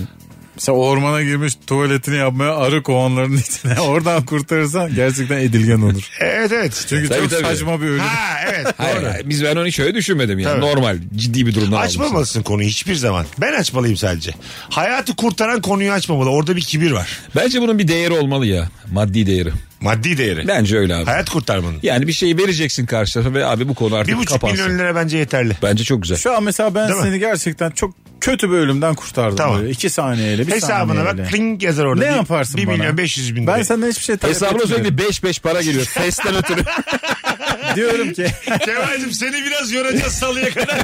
Mesela ormana girmiş tuvaletini yapmaya arı kovanlarının içine oradan kurtarırsan gerçekten edilgen olur.
Evet evet.
Çünkü
Tabii,
çok
tabii.
saçma bir ölüm.
Ha evet.
Hayır, hayır, biz ben onu hiç öyle düşünmedim yani.
Tabii.
Normal ciddi bir durumdan aldım.
Açmamalısın konuyu hiçbir zaman. Ben açmalıyım sadece. Hayatı kurtaran konuyu açmamalı. Orada bir kibir var.
Bence bunun bir değeri olmalı ya. Maddi değeri.
Maddi değeri.
Bence öyle abi.
Hayat kurtarmanın.
Yani bir şeyi vereceksin karşı tarafa ve abi bu konu
Bir
artık
buçuk
kapansın.
milyon lira bence yeterli.
Bence çok güzel.
Şu an mesela ben
Değil mi?
seni gerçekten çok kötü bir ölümden kurtardım.
Tamam.
Böyle. İki saniyeyle bir
Hesabına
saniyeyle.
bak kling yazar orada.
Ne
Bir-
yaparsın
bir
bana?
milyon 500 bin
Ben
lira.
senden hiçbir şey talep
Hesabına
etmiyorum.
sürekli 5 5 para geliyor. Festen ötürü.
Diyorum ki
Kemal'cim seni biraz yoracağız salıya kadar.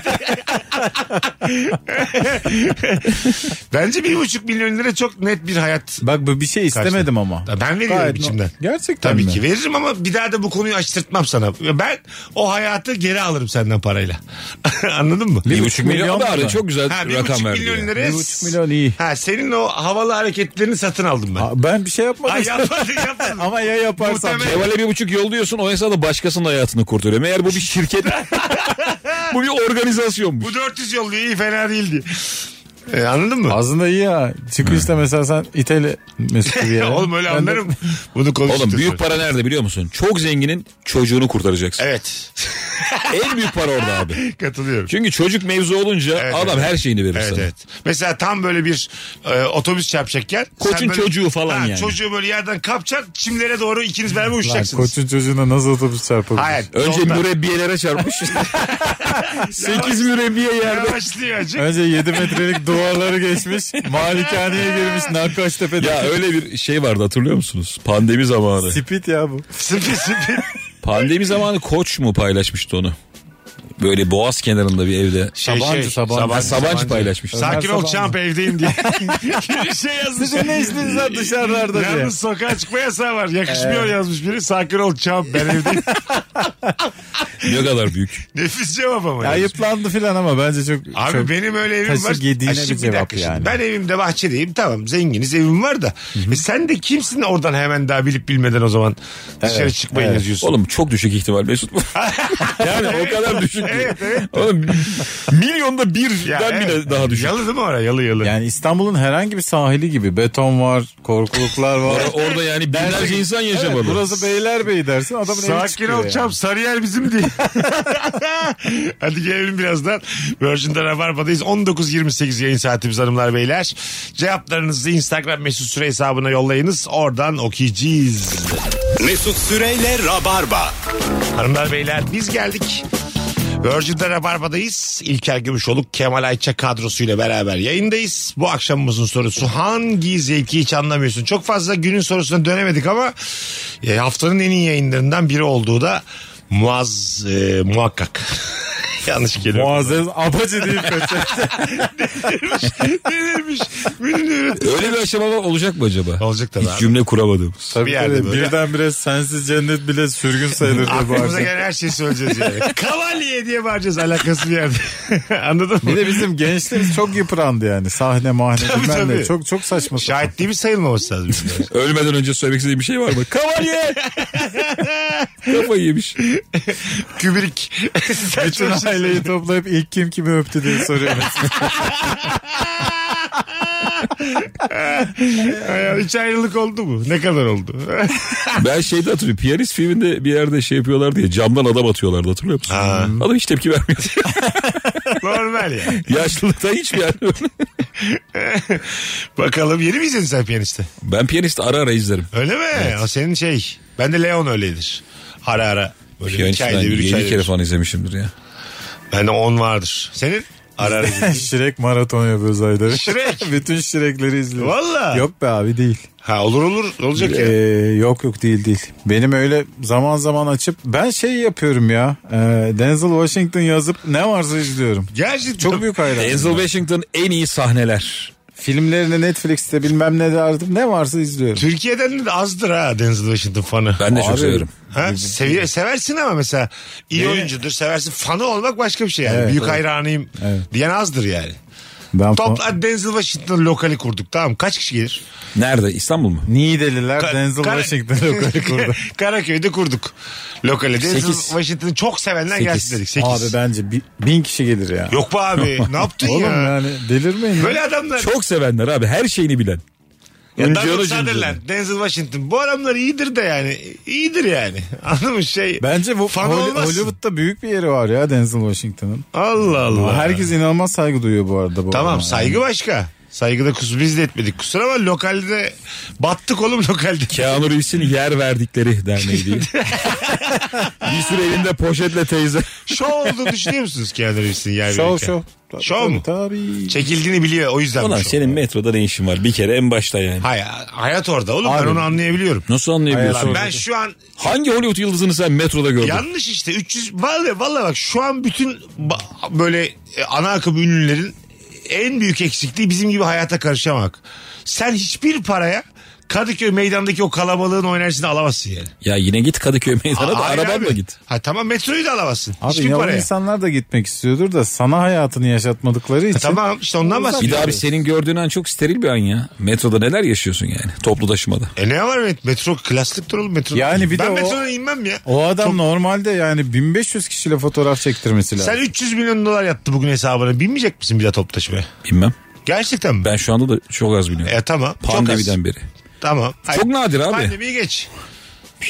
Bence bir buçuk milyon lira çok net bir hayat.
bak bu bir şey istemedim ama.
Ya Ben veriyorum
Gayet-
içimden.
Gerçekten
Tabii
mi?
ki veririm ama bir daha da bu konuyu açtırtmam sana. Ben o hayatı geri alırım senden parayla. Anladın mı?
Bir
buçuk
buçuk milyon
milyon
da
lira.
çok güzel
Ha, bir
rakam
buçuk
verdi.
milyon
yani.
liraya.
Bir buçuk milyon iyi.
Ha, senin o havalı hareketlerini satın aldım ben.
Aa, Ben bir şey yapmadım.
Ay yapmadın yapmadın.
ama ya yaparsam.
Muhtemelen-
Kemal'e bir buçuk yolluyorsun o esnada başkasının hayatını kurtarıyor. Meğer bu bir şirket. bu bir organizasyonmuş.
Bu 400 yolluyor iyi fena değildi. Ee, anladın mı?
Aslında iyi ya. Çıkışta mesela sen İtalya Mesut'u bir yere.
Oğlum öyle
Ben de-
anlarım. Bunu konuştuk.
Oğlum büyük para nerede biliyor musun? Çok zenginin çocuğunu kurtaracaksın.
Evet.
En büyük para orada abi.
Katılıyorum.
Çünkü çocuk mevzu olunca
Evet,
adam
evet.
her şeyini verir
Evet
sana.
evet. Mesela tam böyle bir e, otobüs çarpacakken.
Koçun
sen böyle-
çocuğu falan yani.
Çocuğu böyle yerden kapacak çimlere doğru ikiniz beraber
Lan
uçacaksınız.
koçun çocuğuna nasıl otobüs çarpabilir?
Hayır.
Önce
yolda.
mürebbiyelere çarpmış. 8 mürebbiye yerde.
Yavaşlıyor acık.
Önce 7 metrelik duvarları geçmiş. Malikaneye girmiş Nakkaştepe'de.
Ya öyle bir şey vardı hatırlıyor musunuz? Pandemi zamanı.
Spit ya bu.
Sıfır sıfır.
Pandemi zamanı koç mu paylaşmıştı onu? Böyle boğaz kenarında bir evde.
Şey,
Sabancı,
şey,
Sabancı.
Sabancı, Sabancı paylaşmıştı.
Sakin
Ömer
ol
Sabancı.
çamp evdeyim diye. bir şey yazmış.
Size ne işiniz var dışarılarda diye.
Yalnız sokağa çıkma yasağı var. Yakışmıyor yazmış biri. Sakin ol çamp ben evdeyim.
Ne kadar büyük.
Nefis cevap ama. yazmış.
Ayıplandı filan ama bence çok...
Abi
çok...
benim öyle evim
taşır
var.
yediğine
Ha, şimdi
bir şey cevap
dakika şimdi.
yani.
Ben evimde bahçedeyim tamam zenginiz evim var da. E sen de kimsin oradan hemen daha bilip bilmeden o zaman dışarı çıkmayın
evet.
yazıyorsun.
Oğlum çok düşük ihtimal Mesut. yani o kadar düşük ki.
Evet, evet.
Oğlum milyonda birden
evet.
bile daha düşük.
Yalı değil mi oraya yalı yalı.
Yani İstanbul'un herhangi bir sahili gibi. Beton var, korkuluklar var.
Or- Orada yani binlerce insan yaşamalı.
Evet, burası Beylerbeyi dersin adamın evi
Sakin
çıkıyor
ol
yani.
çam Sarıyer bizim diye. Hadi gelelim birazdan. Virgin'de Rabarba'dayız. 19.28 yayın saatimiz hanımlar beyler. Cevaplarınızı Instagram mesut süre hesabına yollayınız. Oradan okuyacağız.
Mesut Süreyle Rabarba.
Hanımlar beyler biz geldik. Virgin'de Rabarba'dayız. İlker Gümüşoluk, Kemal Ayça kadrosuyla beraber yayındayız. Bu akşamımızın sorusu hangi zevki hiç anlamıyorsun? Çok fazla günün sorusuna dönemedik ama e, haftanın en iyi yayınlarından biri olduğu da muaz e, muhakkak. Yanlış kelime.
Muazzez apacı değil kötü.
Denilmiş. Ünlü
Öyle bir aşama olacak mı acaba?
Olacak tabii
Hiç
abi.
cümle kuramadığımız.
Tabii
yerde
tabii.
böyle.
Birdenbire sensiz cennet bile sürgün sayılır diye
Aklımıza
bağırsak.
gelen her şeyi söyleyeceğiz yani. Kavalye diye bağıracağız alakası bir yerde. Anladın mı?
Bir de bizim gençlerimiz çok yıprandı yani. Sahne mahne
Tabii,
bilmem
tabii.
ne. Çok çok saçma. sapan.
Şahitliğimiz sayılmaması lazım.
Ölmeden önce söylemek istediğim bir şey var mı? Kavalye! Kafayı yemiş.
Kübrik.
Bütün aileyi toplayıp ilk kim kimi öptü diye soruyor.
Ay, Üç ayrılık oldu mu? Ne kadar oldu?
Ben şeyde hatırlıyorum. Piyanist filminde bir yerde şey yapıyorlar diye camdan adam atıyorlardı hatırlıyor musun?
Ha.
Adam hiç tepki vermiyor.
Normal ya.
Yaşlılıkta hiç yani.
Bakalım yeni mi izledin sen piyanisti?
ben piyanisti ara ara izlerim.
Öyle mi? O senin şey. Ben de Leon öyledir. Ara ara. Böyle
Piyanisti
iki
ben
ayda bir, üç
7
ayda
kere
bir.
falan izlemişimdir ya.
Ben de on vardır. Senin? Ara ara.
Şirek maraton yapıyoruz ayda.
Şirek.
Bütün Şirekleri izliyoruz.
Valla.
Yok be abi değil.
Ha, olur olur. Olacak
Ee,
ya.
yok yok değil değil. Benim öyle zaman zaman açıp ben şey yapıyorum ya. Ee, Denzel Washington yazıp ne varsa izliyorum.
Gerçekten.
Çok büyük hayran.
Denzel Washington en iyi sahneler.
Filmlerini Netflix'te bilmem ne derdim ne varsa izliyorum.
Türkiye'den de azdır ha Denzel Washington fanı.
Ben de çok
Abi,
severim.
Ha? Seviye, seversin ama mesela iyi oyuncudur seversin. Fanı olmak başka bir şey yani.
Evet,
Büyük
evet.
hayranıyım diyen azdır yani.
Ben fa-
Topla Denzel Washington lokali kurduk tamam mı? Kaç kişi gelir?
Nerede? İstanbul mu?
Niğdeliler
Ka-
Denzel
Kara-
Washington'ı lokali kurdu.
Karaköy'de kurduk lokali. Denzel
Sekiz.
Washington'ı çok sevenler
Sekiz.
gelsin dedik. Sekiz.
Abi bence bi- bin kişi gelir ya.
Yok be abi ne yaptın
Oğlum
ya?
yani delirmeyin. ya.
Böyle adamlar.
Çok sevenler abi her şeyini bilen.
Ya
Önce
Donald
onu
Sutherland, Denzel Washington. Bu adamlar iyidir de yani. İyidir yani. Anladın mı şey?
Bence bu
Fan
Hol-
olmazsın.
Hollywood'da büyük bir yeri var ya Denzel Washington'ın.
Allah Allah.
Herkes inanılmaz saygı duyuyor bu arada. Bu
Tamam
adama.
saygı başka. Saygıda kus biz de etmedik. Kusura bakma lokalde battık oğlum lokalde.
Keanu Reeves'in yer verdikleri derneği diye. bir süre elinde poşetle teyze.
Şov olduğunu düşünüyor musunuz Keanu Reeves'in yer
Şov
verirken?
şov.
Şov mu?
Tabii.
Çekildiğini biliyor o yüzden.
Ulan
bu şov.
senin metroda ne işin var bir kere en başta yani.
Hay- hayat orada oğlum ben
Abi.
onu anlayabiliyorum.
Nasıl
Lan
anlayabiliyorsun?
ben şu an
Hangi Hollywood yıldızını sen metroda gördün?
yanlış işte 300 vallahi vallahi bak şu an bütün ba- böyle e, ana akım ünlülerin en büyük eksikliği bizim gibi hayata karışamak. Sen hiçbir paraya Kadıköy meydandaki o kalabalığın oynarsını alamazsın yani.
Ya yine git Kadıköy meydana da
Hayır
arabanla
abi.
git.
Ha tamam metroyu da alamazsın.
Abi
Hiçbir
yalan
paraya.
insanlar da gitmek istiyordur da sana hayatını yaşatmadıkları için.
E, Tamam işte ondan
Bir de
bahsediyorum.
abi senin gördüğün an çok steril bir an ya. Metroda neler yaşıyorsun yani toplu taşımada.
E ne var met- metro klaslıktır oğlum metro.
Yani bir de
ben
o-
metrodan inmem ya.
O adam normalde yani 1500 kişiyle fotoğraf çektirmesi lazım.
Sen 300 milyon dolar yattı bugün hesabına. Binmeyecek misin bir daha top taşımaya?
Bilmem.
Gerçekten mi?
Ben şu anda da çok az biliyorum.
E tamam. Çok az.
Pandemiden beri.
Tamam.
Çok nadir abi.
Pandemiyi geç.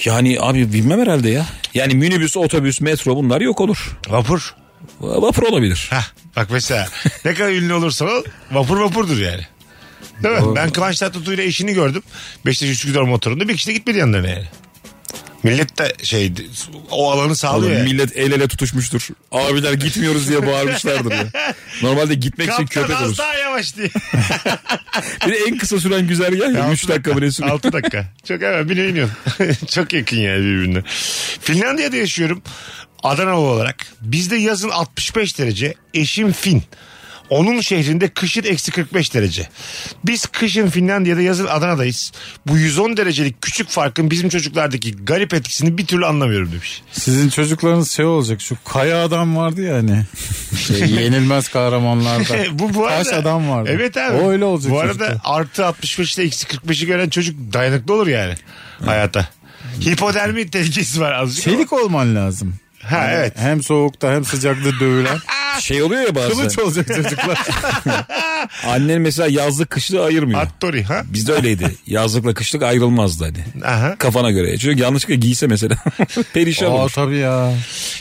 Yani abi bilmem herhalde ya. Yani minibüs, otobüs, metro bunlar yok olur.
Vapur.
Vapur olabilir.
Hah bak mesela ne kadar ünlü olursan ol vapur vapurdur yani. Değil mi? Ben Kıvanç Tatlıtuğ ile eşini gördüm. Beşiktaş Üsküdar motorunda bir kişi de gitmedi yanlarına yani. Millet de şey o alanı
Oğlum
sağlıyor yani.
millet el ele tutuşmuştur. Abiler gitmiyoruz diye bağırmışlardır ya. Normalde gitmek için
Kaptan
köpek
az
olur.
daha yavaş diye.
Bir de en kısa süren güzergah ya. 3 dakika bile sürüyor.
6 dakika. Çok hemen bine iniyorsun. Çok yakın yani birbirine. Finlandiya'da yaşıyorum. Adanalı olarak. Bizde yazın 65 derece. Eşim Fin. Onun şehrinde kışın eksi 45 derece. Biz kışın Finlandiya'da yazın Adana'dayız. Bu 110 derecelik küçük farkın bizim çocuklardaki garip etkisini bir türlü anlamıyorum demiş.
Sizin çocuklarınız şey olacak şu kaya adam vardı ya hani. Şey, yenilmez kahramanlarda.
E, bu bu arada,
Taş adam vardı.
Evet abi.
O öyle olacak
Bu arada
çocuklar.
artı 65 ile eksi 45'i gören çocuk dayanıklı olur yani hayata. Hipodermi tehlikesi var azıcık. ama-
Çelik olman lazım.
Ha evet.
Hem soğukta hem sıcakta dövülen.
Şey oluyor ya bazen.
Kılıç olacak çocuklar.
Annen mesela yazlık kışlık ayırmıyor.
Hattori ha?
Bizde öyleydi. Yazlıkla kışlık ayrılmazdı hani.
Aha.
Kafana göre. Çünkü yanlışlıkla giyse mesela perişan
Aa
olur.
tabii ya.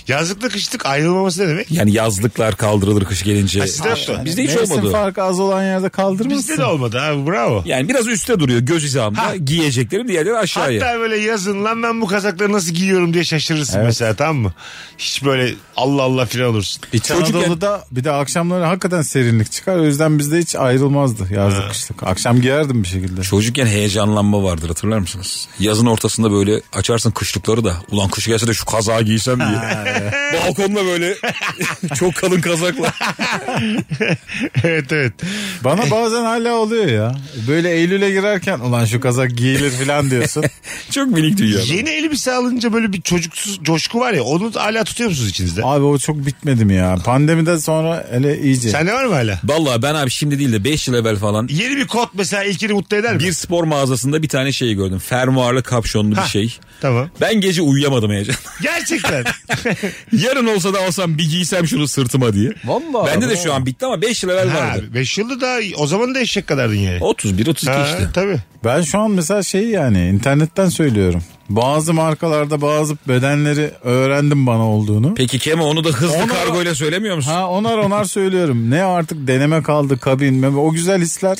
Yazlıkla kışlık ayrılmaması ne demek?
Yani yazlıklar kaldırılır kış gelince.
Ha, sizde yoktu.
Aa, Bizde hiç
Mevsim
olmadı.
farkı az olan yerde kaldırmışsın.
Bizde de olmadı abi bravo.
Yani biraz üstte duruyor göz hizamda. Giyeceklerim diğerleri aşağıya.
Hatta böyle yazın lan ben bu kazakları nasıl giyiyorum diye şaşırırsın mesela tamam mı? Hiç böyle Allah Allah filan olursun.
İç
E, Çocukken-
Anadolu'da bir de akşamları hakikaten serinlik çıkar. O yüzden bizde hiç ayrılmazdı yazlık kışlık. Akşam giyerdim bir şekilde.
Çocukken heyecanlanma vardır hatırlar mısınız? Yazın ortasında böyle açarsın kışlıkları da. Ulan kış gelse de şu kazağı giysem diye. Balkonda böyle çok kalın kazakla.
evet evet.
Bana bazen hala oluyor ya. Böyle Eylül'e girerken ulan şu kazak giyilir falan diyorsun.
Çok minik dünya.
Yeni elbise alınca böyle bir çocuksuz coşku var ya onu da hala tutuyor musunuz içinizde?
Abi o çok bitmedi mi ya? Pandemiden sonra hele iyice.
Sende var mı hala?
Vallahi ben abi şimdi değil de 5 yıl evvel falan
Yeni bir kot mesela ilkini mutlu eder mi?
bir spor mağazasında bir tane şey gördüm. Fermuarlı kapşonlu bir şey.
Tamam.
Ben gece uyuyamadım heyecan.
Gerçekten.
Yarın olsa da alsam bir giysem şunu sırtıma diye.
Vallahi
Bende de
bravo.
şu an bitti ama 5 yıl evvel
ha,
vardı.
5 yılda da o zaman da eşek kadardın yani.
31-32
Ha,
işte.
Tabii.
Ben şu an mesela şey yani internetten söylüyorum. Bazı markalarda bazı bedenleri öğrendim bana olduğunu.
Peki Kema onu da hızlı
Ona-
kargoyla söylemiyor musun?
Ha onar onar söylüyorum. Ne artık deneme kaldı kabin mi? O güzel hisler.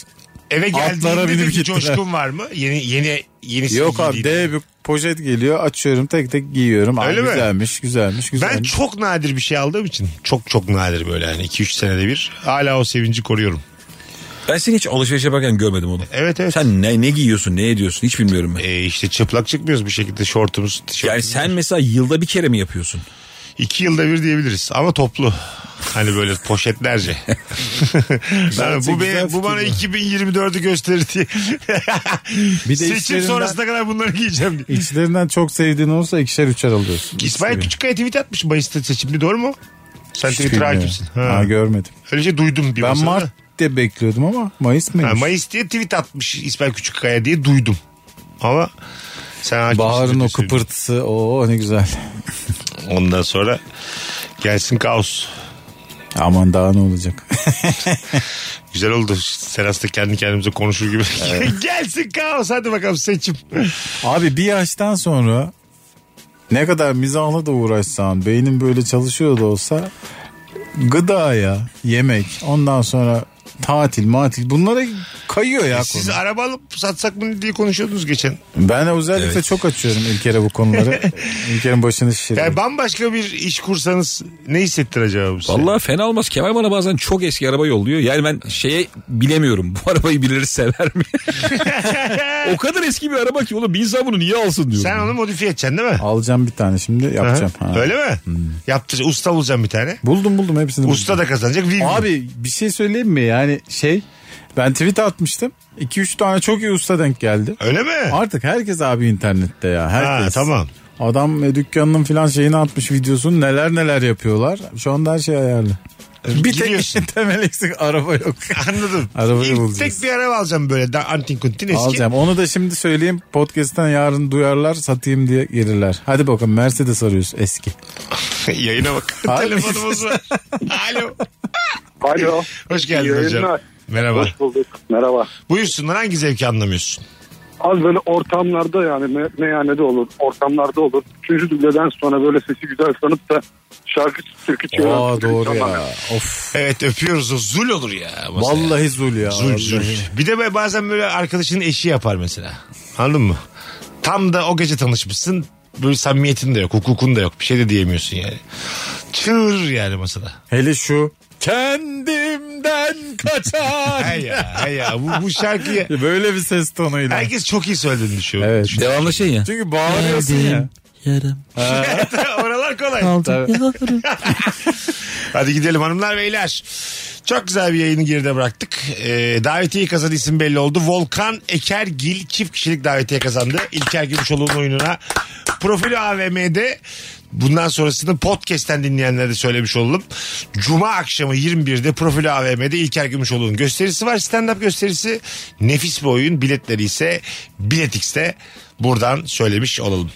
Eve
Atlara
geldiğinde
binip
de bir
gittiler.
coşkun var mı? Yeni yeni yenisi
Yok abi
giydiğinde.
dev bir poşet geliyor. Açıyorum tek tek giyiyorum. Aa,
Öyle mi?
güzelmiş, güzelmiş, güzelmiş.
Ben çok nadir bir şey aldığım için çok çok nadir böyle hani 2-3 senede bir hala o sevinci koruyorum.
Ben seni hiç alışveriş yaparken görmedim onu.
Evet evet.
Sen ne, ne giyiyorsun ne ediyorsun hiç bilmiyorum ben.
E, işte çıplak çıkmıyoruz bir şekilde şortumuz,
Yani
tişörtümüz.
sen mesela yılda bir kere mi yapıyorsun?
2 yılda bir diyebiliriz ama toplu. Hani böyle poşetlerce. Yani bu,
güzel
be, bu
fikir
bana
bu.
2024'ü gösterir diye.
Bir de
Seçim
işlerinden-
sonrasına kadar bunları giyeceğim diye.
İçlerinden çok sevdiğin olursa ikişer üçer alıyorsun.
İsmail Küçükkaya tweet atmış Mayıs'ta seçimli doğru mu? Sen
Hiç
Twitter
bilmiyorum.
hakimsin. Ha.
Ha, görmedim.
Öyle şey duydum bir
Ben
masada.
Mart diye bekliyordum ama Mayıs mıymış?
Ha, Mayıs diye tweet atmış İsmail Küçükkaya diye duydum. Ama sen hakim
Bahar'ın
misin
o
diye söyleyeyim.
kıpırtısı o ne güzel.
Ondan sonra gelsin kaos.
Aman daha ne olacak.
Güzel oldu. Seras'ta kendi kendimize konuşur gibi. gelsin kaos hadi bakalım seçim.
Abi bir yaştan sonra ne kadar mizahla da uğraşsan beynin böyle çalışıyor da olsa gıdaya yemek ondan sonra tatil matil bunlara kayıyor ya
E, Siz
konu.
araba alıp satsak mı diye konuşuyordunuz geçen.
Ben özellikle çok açıyorum İlker'e bu konuları. İlker'in başını şişiriyor.
Yani bambaşka bir iş kursanız ne hissettir acaba bu size?
Vallahi fena olmaz. Kemal bana bazen çok eski araba yolluyor. Yani ben şeye bilemiyorum. Bu arabayı birileri sever mi? o kadar eski bir araba ki oğlum bir insan bunu niye alsın diyorum.
Sen onu modifiye edeceksin değil mi?
Alacağım bir tane şimdi yapacağım.
Aha.
Ha. Hmm.
Öyle mi? Yaptır, usta bulacağım bir tane.
Buldum buldum hepsini.
Usta
buldum.
da kazanacak. Win
Abi bir şey söyleyeyim mi yani şey ben tweet atmıştım. 2-3 tane çok iyi usta denk geldi.
Öyle mi?
Artık herkes abi internette ya. Herkes.
Ha, tamam.
Adam e, dükkanının filan şeyini atmış videosunu neler neler yapıyorlar. Şu anda her şey ayarlı. Bir
Gidiyorsun.
tek temel eksik araba yok.
Anladım.
Arabayı
İlk
bulacağız.
Tek bir araba alacağım böyle. Da, antin kuntin eski.
Alacağım. Onu da şimdi söyleyeyim. Podcast'tan yarın duyarlar satayım diye gelirler. Hadi bakalım Mercedes arıyoruz eski.
Yayına bak.
Abi.
Telefonumuz var. Alo.
Alo.
Hoş geldin
İyi
hocam.
yayınlar.
Merhaba.
Hoş bulduk. Merhaba.
Buyursunlar hangi zevki anlamıyorsun?
Az böyle ortamlarda yani me- meyhanede olur, ortamlarda olur. Üçüncü dübleden sonra böyle sesi güzel sanıp da şarkı türkü çeviren.
Aa doğru
insanlar.
ya. Of.
Evet öpüyoruz o zul olur ya. masaya.
Vallahi zul ya.
Zul zul.
Vallahi.
Bir de böyle bazen böyle arkadaşının eşi yapar mesela. Anladın mı? Tam da o gece tanışmışsın. Böyle samimiyetin de yok, hukukun da yok. Bir şey de diyemiyorsun yani. Çığır yani masada.
Hele şu kendimden kaçar.
Hay ya, hay ya. Bu, bu şarkıyı
Böyle bir ses tonuyla.
herkes çok iyi söylediğini düşünüyor.
Evet.
Devamlı şey ya.
Çünkü bağırıyorsun ya.
Oralar kolay. Hadi gidelim hanımlar beyler. Çok güzel bir yayını geride bıraktık. Ee, davetiye kazan isim belli oldu. Volkan Ekergil çift kişilik davetiye kazandı. İlker Gümüşoğlu'nun oyununa. Profil AVM'de bundan sonrasını podcast'ten dinleyenlere de söylemiş olalım. Cuma akşamı 21'de Profil AVM'de İlker Gümüşoğlu'nun gösterisi var. Stand-up gösterisi. Nefis bir oyun. Biletleri ise Biletix'te. Buradan söylemiş olalım.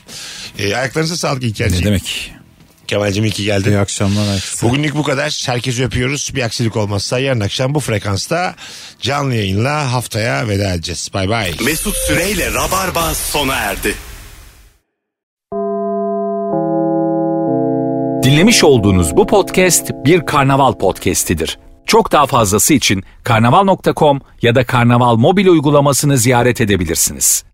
Ee, ayaklarınıza sağlık İlker'ciğim.
Ne demek?
Kemal'cim iyi ki geldin.
İyi akşamlar herkese.
Bugünlük bu kadar. Herkesi öpüyoruz. Bir aksilik olmazsa yarın akşam bu frekansta canlı yayınla haftaya veda edeceğiz. Bay bay.
Mesut Süreyle Rabarba sona erdi.
Dinlemiş olduğunuz bu podcast bir karnaval podcastidir. Çok daha fazlası için karnaval.com ya da karnaval mobil uygulamasını ziyaret edebilirsiniz.